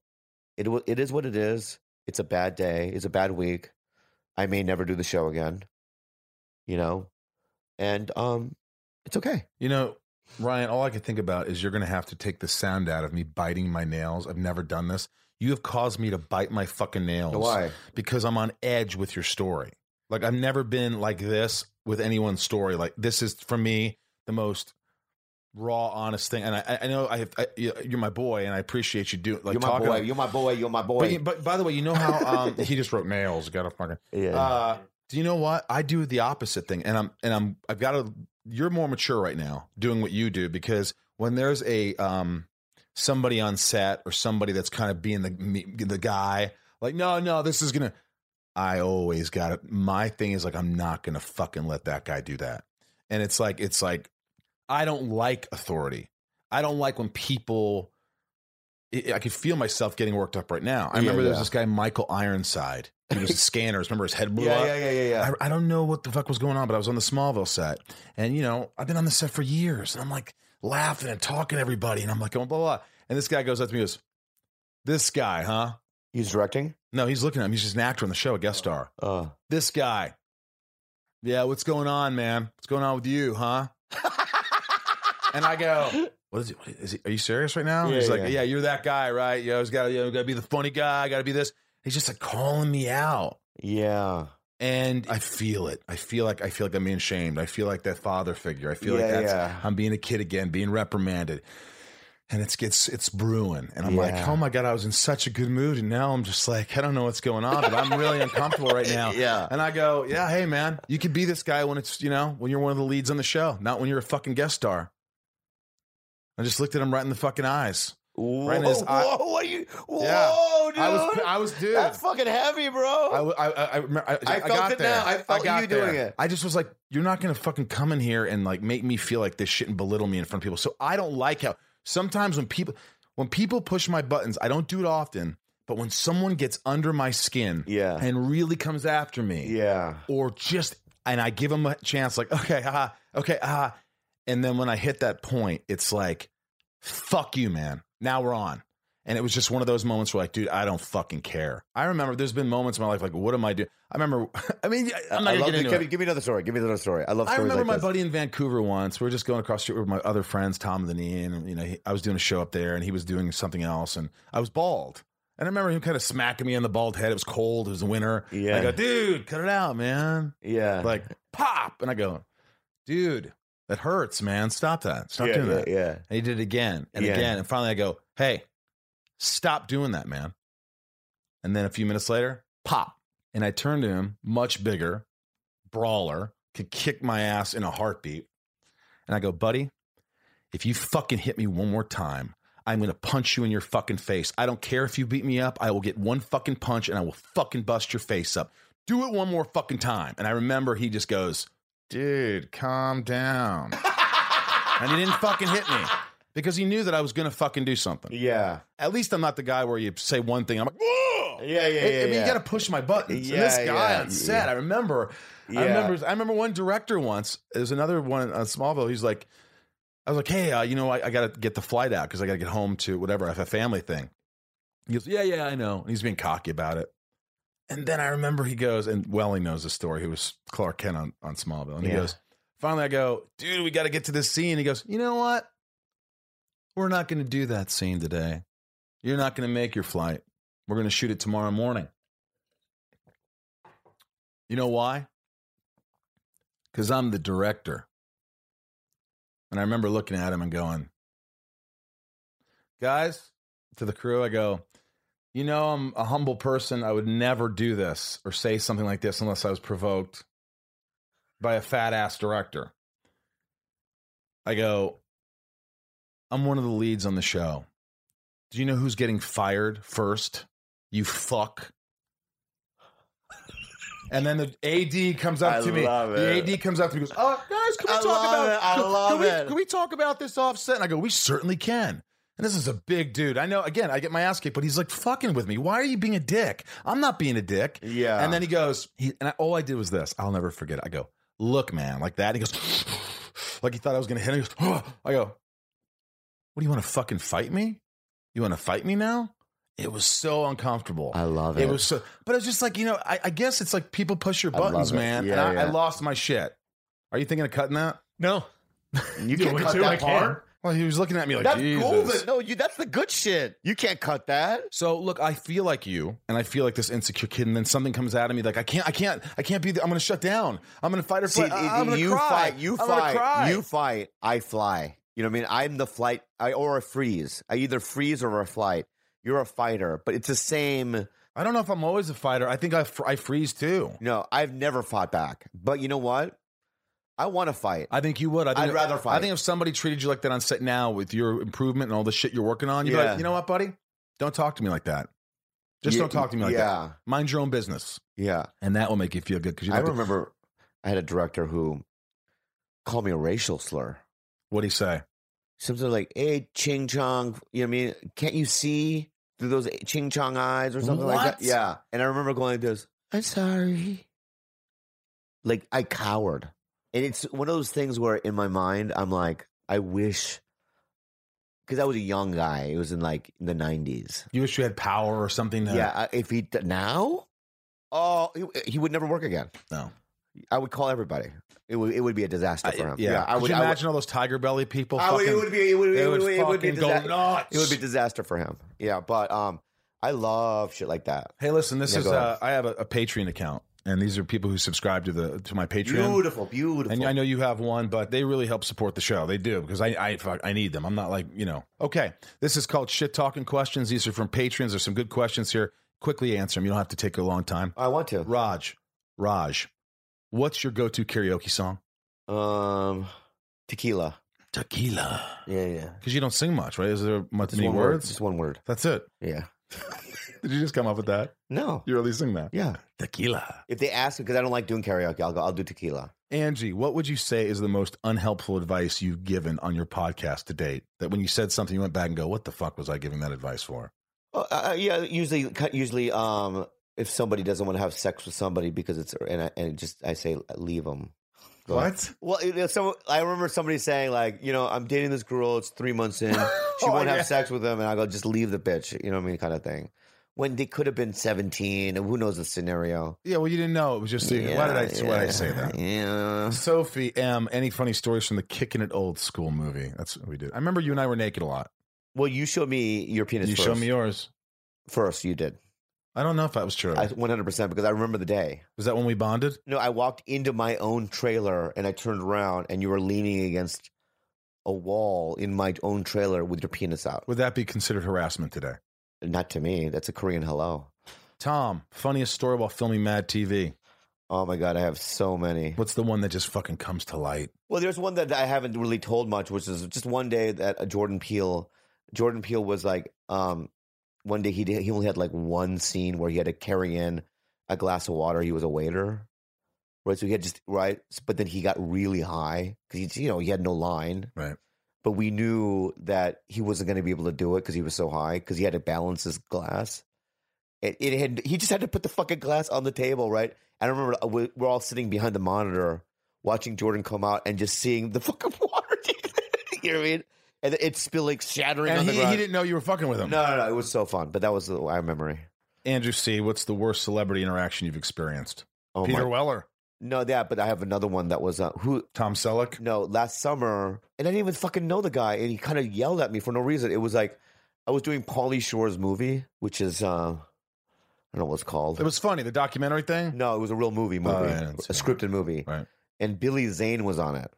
it wa- it is what it is. It's a bad day. It's a bad week. I may never do the show again. You know? And um it's okay. You know, Ryan, all I could think about is you're going to have to take the sound out of me biting my nails. I've never done this. You have caused me to bite my fucking nails Why? because I'm on edge with your story. Like I've never been like this with anyone's story. Like this is for me the most raw, honest thing. And I- I, I know I, have, I you're my boy, and I appreciate you doing like you're my talking. boy. You're my boy. You're my but, boy. you- but by the way, you know how um, he just wrote nails. Got a fucking. yeah. Uh, do you know what I do the opposite thing? And I'm and I'm I've got to. You're more mature right now doing what you do because when there's a um somebody on set or somebody that's kind of being the me- the guy like no no this is gonna. I always got it. My thing is like I'm not gonna fucking let that guy do that. And it's like it's like I don't like authority. I don't like when people. I I could feel myself getting worked up right now. I Yeah, remember there's yeah. this guy Michael Ironside. He was in scanners. Remember his head blew yeah, up. yeah, yeah, yeah, yeah. I, I don't know what the fuck was going on, but I was on the Smallville set, and you know I've been on the set for years, and I'm like laughing and talking to everybody, and I'm like going blah blah. blah. And this guy goes up to me, and goes, "This guy, huh? He's directing? No, he's looking at me. He's just an actor on the show, a guest star. [laughs] Uh This guy, yeah, what's going on, man? What's going on with you, huh? And I [gasps] go, what is it? What is it? Are you serious right now? Yeah, he's like, yeah. yeah, you're that guy, right? You always got to you know, gotta be the funny guy. Got to be this. He's just like calling me out. [laughs] Yeah. And I feel it. I feel like I feel like I'm being shamed. I feel like that father figure. I feel yeah, like that's yeah. I'm being a kid again, being reprimanded. And it's gets it's brewing. And I'm like, Yeah. oh my God, I was in such a good mood. And now I'm just like, I don't know what's going on, but I'm really uncomfortable right now. [laughs] Yeah. And I go, yeah, hey man, you could be this guy when it's you know when you're one of the leads on the show, not when you're a fucking guest star. I just looked at him right in the fucking eyes. Whoa, Right in his eye- whoa, what are you? Whoa, Yeah. dude. I was, I was, dude. That's fucking heavy, bro. I, I, I, I, remember- I, I felt got it there. now. I felt got you doing there. it. I just was like, you're not going to fucking come in here and like make me feel like this shit and belittle me in front of people. So I don't like how sometimes when people when people push my buttons, I don't do it often, but when someone gets under my skin yeah. and really comes after me, yeah. or just and I give them a chance, like okay, ah, okay, ah, and then when I hit that point, it's like, fuck you, man. Now we're on. And it was just one of those moments where, like, dude, I don't fucking care. I remember there's been moments in my life, like, what am I doing? I remember, [laughs] I mean, I'm not I gonna get love the- into give, me- it. give me another story. Give me another story. I love I stories remember like my this. buddy in Vancouver once. We were just going across the street with my other friends, Tom and the knee, and you know, he, I was doing a show up there, and he was doing something else, and I was bald. And I remember him kind of smacking me on the bald head. It was cold. It was winter. Yeah. I go, dude, cut it out, man [laughs] Yeah. like pop and i go dude that hurts man stop that stop yeah, doing yeah, that yeah. and he did it again and Yeah. again and finally i go hey stop doing that man and then a few minutes later pop and i turned to him much bigger brawler could kick my ass in a heartbeat and i go buddy if you fucking hit me one more time I'm gonna punch you in your fucking face. I don't care if you beat me up. I will get one fucking punch and I will fucking bust your face up. Do it one more fucking time. And I remember he just goes, dude, calm down. and he didn't fucking hit me because he knew that I was gonna fucking do something. [laughs] Yeah. At least I'm not the guy where you say one thing, I'm like, whoa. Yeah, yeah, yeah. I- I mean, yeah. you gotta push my buttons. and Yeah, this guy yeah, on set, yeah. I remember, yeah. I remember. I remember one director once. There's another one on Smallville. He's like, I was like, hey, uh, you know, I, I got to get the flight out because I got to get home to whatever. I have a family thing. He goes, yeah, yeah, I know. And he's being cocky about it. And then I remember he goes, and Welling knows the story. He was Clark Kent on, on Smallville, and he Yeah. goes, finally, I go, dude, we got to get to this scene. He goes, you know what? We're not going to do that scene today. You're not going to make your flight. We're going to shoot it tomorrow morning. You know why? Because I'm the director. And I remember looking at him and going, guys, to the crew, I go, you know, I'm a humble person. I would never do this or say something like this unless I was provoked by a fat ass director. I go, I'm one of the leads on the show. Do you know who's getting fired first? You fuck. And then the AD comes up I to me. love The it. AD comes up to me and goes, Oh, guys, can we I talk love about it. I can- love can we, it. Can we talk about this offset? And I go, We certainly can. And this is a big dude. I know, again, I get my ass kicked, but he's like fucking with me. Why are you being a dick? I'm not being a dick. Yeah. And then he goes, he, and I, all I did was this. I'll never forget it. I go, look, man, like that. He goes, [laughs] like he thought I was going to hit him. He goes, [gasps] "Oh." I go, what do you want to fucking fight me? You want to fight me now? It was so uncomfortable. I love it. It was so, but it was just like you know. I, I guess it's like people push your I love buttons, it. man. Yeah, and I, I yeah. lost my shit. Are you thinking of cutting that? No, you Do can't it cut too, I that can. part. Well, he was looking at me like That's Jesus. cool, but no, you that's the good shit. You can't cut that. So look, I feel like you, and I feel like this insecure kid, and then something comes out of me like I can't, I can't, I can't be. The, I'm going to shut down. I'm going to fight or See, flight. I- I'm it- going to you cry. fight, you I'm gonna fight, cry. you fight, I fly. You know what I mean? I'm the flight I or a freeze. I either freeze or a flight. You're a fighter, but it's the same. I don't know if I'm always a fighter. I think I, fr- I freeze too. No, I've never fought back. But you know what? I want to fight. I think you would. I think I'd rather fight. I think if somebody treated you like that on set now with your improvement and all the shit you're working on, you'd be Yeah. like, you know what, buddy? Don't talk to me like that. Just Yeah, don't talk to me like that. yeah, Mind your own business, Yeah. and that will make you feel good because you I don't. have to- remember I had a director who called me a racial slur. What'd he say? Something like, hey, Ching Chong, you know what I mean? Can't you see through those Ching Chong eyes or something like What? that? Yeah. And I remember going like this, I'm sorry. Like I cowered. And it's one of those things where in my mind, I'm like, I wish, because I was a young guy. It was in like the 90s. You wish you had power or something. To, Yeah, I- if he d- now, oh, he, he would never work again. No. I would call everybody. It would it would be a disaster I- for him. yeah. I Could would you I would- imagine all those tiger belly people? I would- fucking, it would be it would, they it would, it would be a fucking go disa- nuts. it would be a disaster for him. Yeah, but um, I love shit like that. Hey, listen, this Yeah, is go ahead. uh, I have a, a Patreon account, and these are people who subscribe to the to my Patreon. Beautiful, beautiful. And I know you have one, but they really help support the show. They do because I I, fuck, I need them. I'm not like you know. Okay, this is called shit talking questions. These are from patrons. There's some good questions here. Quickly answer them. You don't have to take a long time. I want to. Raj, Raj, what's your go to karaoke song? Um, tequila. Tequila. Yeah, yeah. Because you don't sing much, right? Is there much Just any one word. words? Just one word. That's it. Yeah. Did you just come up with that? No. You really sing that? Yeah. Tequila. If they ask me, because I don't like doing karaoke, I'll go. I'll do tequila. Angie, what would you say is the most unhelpful advice you've given on your podcast to date? That when you said something, you went back and go, "What the fuck was I giving that advice for?" Oh, uh, uh, yeah. Usually, usually, um, if somebody doesn't want to have sex with somebody because it's and I, and just I say leave them. [laughs] Well, it, it's some, I remember somebody saying like, you know, I'm dating this girl. It's three months in. She Oh, won't yeah. have sex with him, and I go just leave the bitch. You know what I mean, kind of thing. When they could have been 17, and who knows the scenario? Yeah, well, you didn't know. It was just why did I why did I say that? Yeah. Sophie M. Any funny stories from the kicking it old school movie? That's what we did. I remember you and I were naked a lot. Well, you showed me your penis. you first. showed me yours. first. You did. I don't know if that was true. I 100 percent because I remember the day. was that when we bonded? No, I walked into my own trailer and I turned around and you were leaning against a wall in my own trailer with your penis out. Would that be considered harassment today? Not to me. That's a Korean hello. Tom, funniest story while filming Mad TV. Oh my god, I have so many. What's the one that just fucking comes to light? Well, there's one that I haven't really told much, which is just one day that uh, Jordan Peele. Jordan Peele was like, um, one day he did, he only had like one scene where he had to carry in a glass of water. He was a waiter, right? So he had just right, but then he got really high because you know he had no line, Right. But we knew that he wasn't going to be able to do it because he was so high because he had to balance his glass. It, it had he just had to put the fucking glass on the table, right? And I remember uh, we- we're all sitting behind the monitor watching Jordan come out and just seeing the [laughs] fucking water. you know what I mean? And it's spilling, shattering on And the he, ground. he didn't know you were fucking with him. no, no, no. It was so fun, but that was the, our memory. Andrew C., what's the worst celebrity interaction you've experienced? Oh Peter my! Weller, No, that. But I have another one that was uh, who? Tom Selleck. No, last summer, and I didn't even fucking know the guy, and he kind of yelled at me for no reason. It was like I was doing Pauly Shore's movie, which is uh, I don't know what it's called. It was funny, the documentary thing. no, it was a real movie, movie, Oh, yeah, a that's- scripted movie, Right. and Billy Zane was on it.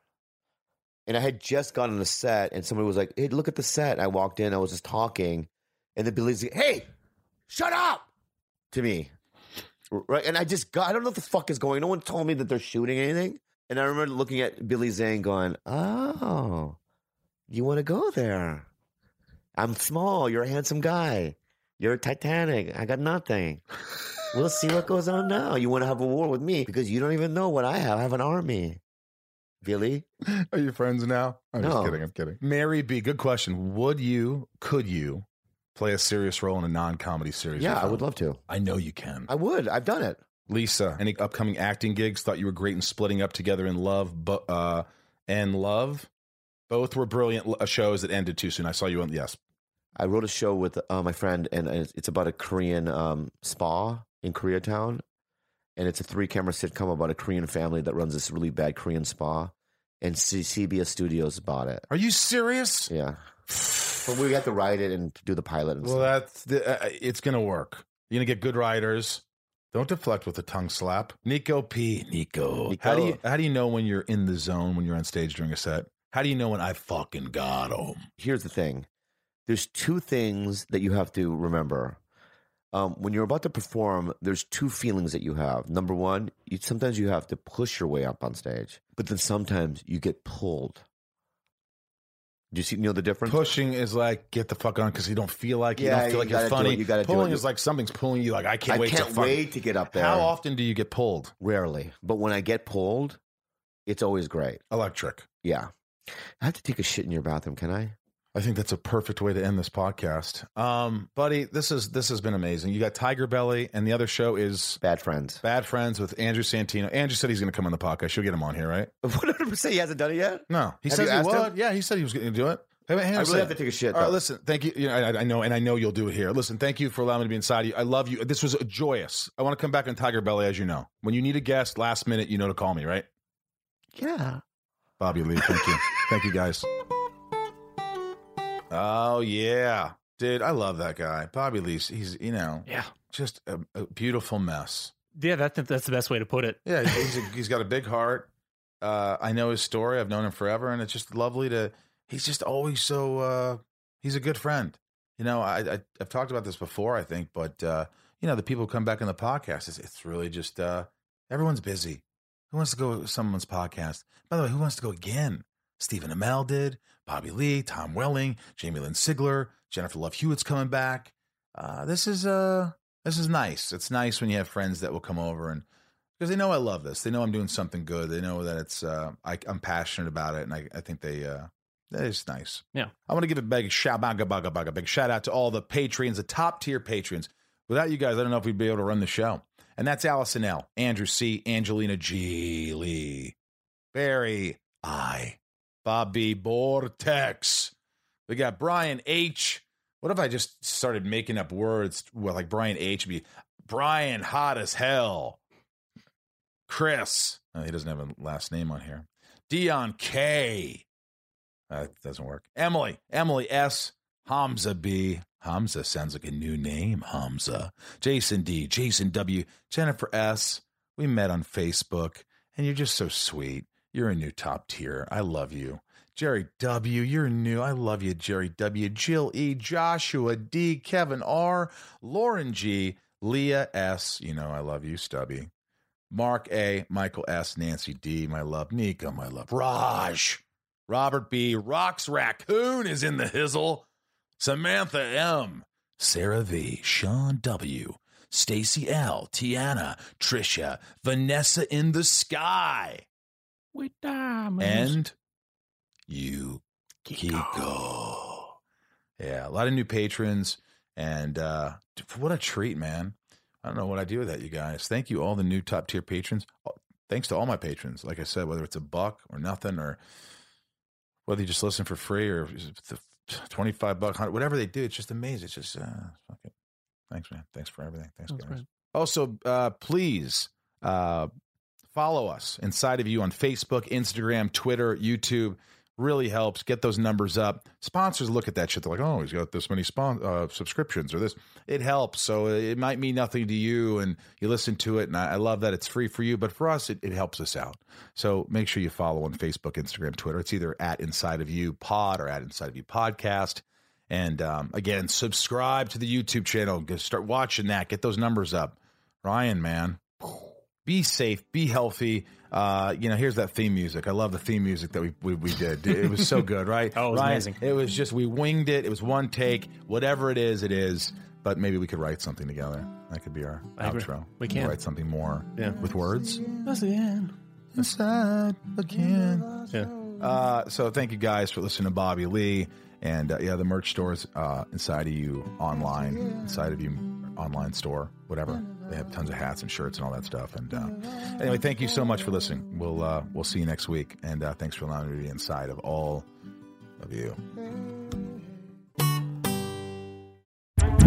And I had just gotten on the set, and somebody was like, "Hey, look at the set." And I walked in, I was just talking, and then Billy's like, "Hey, shut up!" to me, right? And I just got—I don't know what the fuck is going. No one told me that they're shooting anything. And I remember looking at Billy Zane, going, "Oh, you want to go there? I'm small. You're a handsome guy. You're a Titanic. I got nothing." We'll see what goes on now. You want to have a war with me because you don't even know what I have. I have an army. Billy? Are you friends now? I'm No. just kidding. I'm kidding. Mary B, good question. Would you, could you play a serious role in a non comedy series? Yeah, or I film? would love to. I know you can. I would. I've done it. Lisa, any upcoming acting gigs? Thought you were great in splitting up together in love, but uh, and love. Both were brilliant l- shows that ended too soon. I saw you on yes, I wrote a show with uh, my friend, and it's it's about a Korean um, spa in Koreatown. And it's a three camera sitcom about a Korean family that runs this really bad Korean spa. And C- CBS Studios bought it. Are you serious? Yeah. But we got to write it and do the pilot and Well, stuff. that's the, uh, it's gonna work. You're gonna get good writers. Don't deflect with a tongue slap. Nico P. Nico. How do you how do you know when you're in the zone when you're on stage during a set? How do you know when I fucking got him? here's the thing there's two things that you have to remember um, when you're about to perform there's two feelings that you have number one you, sometimes you have to push your way up on stage but then sometimes you get pulled do you see you know the difference Pushing is like get the fuck on because you don't feel like you Yeah, don't feel you like you're gotta do it, funny. you gotta do pulling it. is like something's pulling you. Like I can't i wait can't to fuck. wait to get up there How often do you get pulled? rarely but when i get pulled it's always great Electric. yeah i have to take a shit in your bathroom can i I think that's a perfect way to end this podcast, um, buddy. This is this has been amazing. You got Tiger Belly, and the other show is bad friends [laughs] Bad Friends with Andrew Santino. Andrew said he's going to come on the podcast. You'll get him on here, right? 100% he hasn't done it yet No, he Have says you he asked would. him? Yeah, he said he was going to do it. Hey, wait, hang i on a really have to second. take a shit All right, though. listen. Thank you. you know, I, I know, and I know you'll do it here. Listen, thank you for allowing me to be inside you. I love you. This was joyous. I want to come back on Tiger Belly, as you know. When you need a guest last minute, you know to call me, right? yeah [laughs] Bobby Lee, thank you. thank you guys. Oh yeah. Dude, I love that guy. Bobby Lee, he's, you know, Yeah. just a, a beautiful mess. Yeah, that, that's the best way to put it. Yeah, he's, a, he's got a big heart. Uh, I know his story. I've known him forever, and it's just lovely to. He's just always so. Uh, he's a good friend. You know, I, I I've talked about this before, I think, but uh, you know, the people who come back on the podcast, it's, it's really just uh, everyone's busy. Who wants to go to someone's podcast? By the way, who wants to go again? Stephen Amell did, Bobby Lee, Tom Welling, Jamie Lynn Sigler, Jennifer Love Hewitt's coming back. Uh, this is uh, this is nice. It's nice when you have friends that will come over and because they know I love this. They know I'm doing something good. They know that it's uh, I, I'm passionate about it, and I, I think they uh, that is nice. Yeah. I want to give a big shout baga baga baga big shout out to all the patrons, the top tier patrons. Without you guys, I don't know if we'd be able to run the show. And that's Allison L, Andrew C, Angelina G, Lee, Barry I, Bobby Vortex. We got Brian H. What if I just started making up words? Well, like Brian H. Be Brian hot as hell. Chris. Uh, he doesn't have a last name on here. Dion K. Uh, That doesn't work. Emily. Emily S. Hamza B. Hamza sounds like a new name. Hamza. Jason D. Jason W. Jennifer S. We met on Facebook, and you're just so sweet. You're a new top tier. I love you. Jerry W. You're new. I love you, Jerry W. Jill E. Joshua D. Kevin R. Lauren G. Leah S. You know, I love you, Stubby. Mark A, Michael S, Nancy D, my love, Nico, my love, Raj, Robert B, Rox Raccoon is in the hizzle, Samantha M, Sarah V, Sean W, Stacy L, Tiana, Trisha, Vanessa in the sky, With diamonds. and you, Kiko. Yeah, a lot of new patrons, and uh, what a treat, man. I don't know what I do without you guys. Thank you, all the new top tier patrons. Thanks to all my patrons. Like I said, whether it's a buck or nothing, or whether you just listen for free or the 25 buck, 100, whatever they do, it's just amazing. It's just, uh, fuck it. Thanks, man. Thanks for everything. Thanks, That's guys. right. Also, uh, please uh, follow us inside of you on Facebook, Instagram, Twitter, YouTube. Really helps get those numbers up. Sponsors look at that shit. They're like, oh, he's got this many spon- uh, subscriptions or this. It helps. So it might mean nothing to you and you listen to it. And I, I love that it's free for you. But for us, it, it helps us out. So make sure you follow on Facebook, Instagram, Twitter. It's either at Inside of You Pod or at Inside of You Podcast. And um, again, subscribe to the YouTube channel. Go start watching that. Get those numbers up. Ryan, man, be safe, be healthy. Uh, you know, here's that theme music. I love the theme music that we we, we did. It was [laughs] so good, right? Oh, it was Ryan, amazing. It was just we winged it. It was one take. Whatever it is, it is. But maybe we could write something together. That could be our I agree. outro. We can. write something more Yeah. with words. That's the end. Inside again. Yeah. Uh, so thank you guys for listening to Bobby Lee and uh, yeah, the merch stores uh, inside of you online, inside of you online store, whatever. They have tons of hats and shirts and all that stuff. And uh, anyway, thank you so much for listening. We'll uh, we'll see you next week, and uh, thanks for allowing me to be inside of all of you.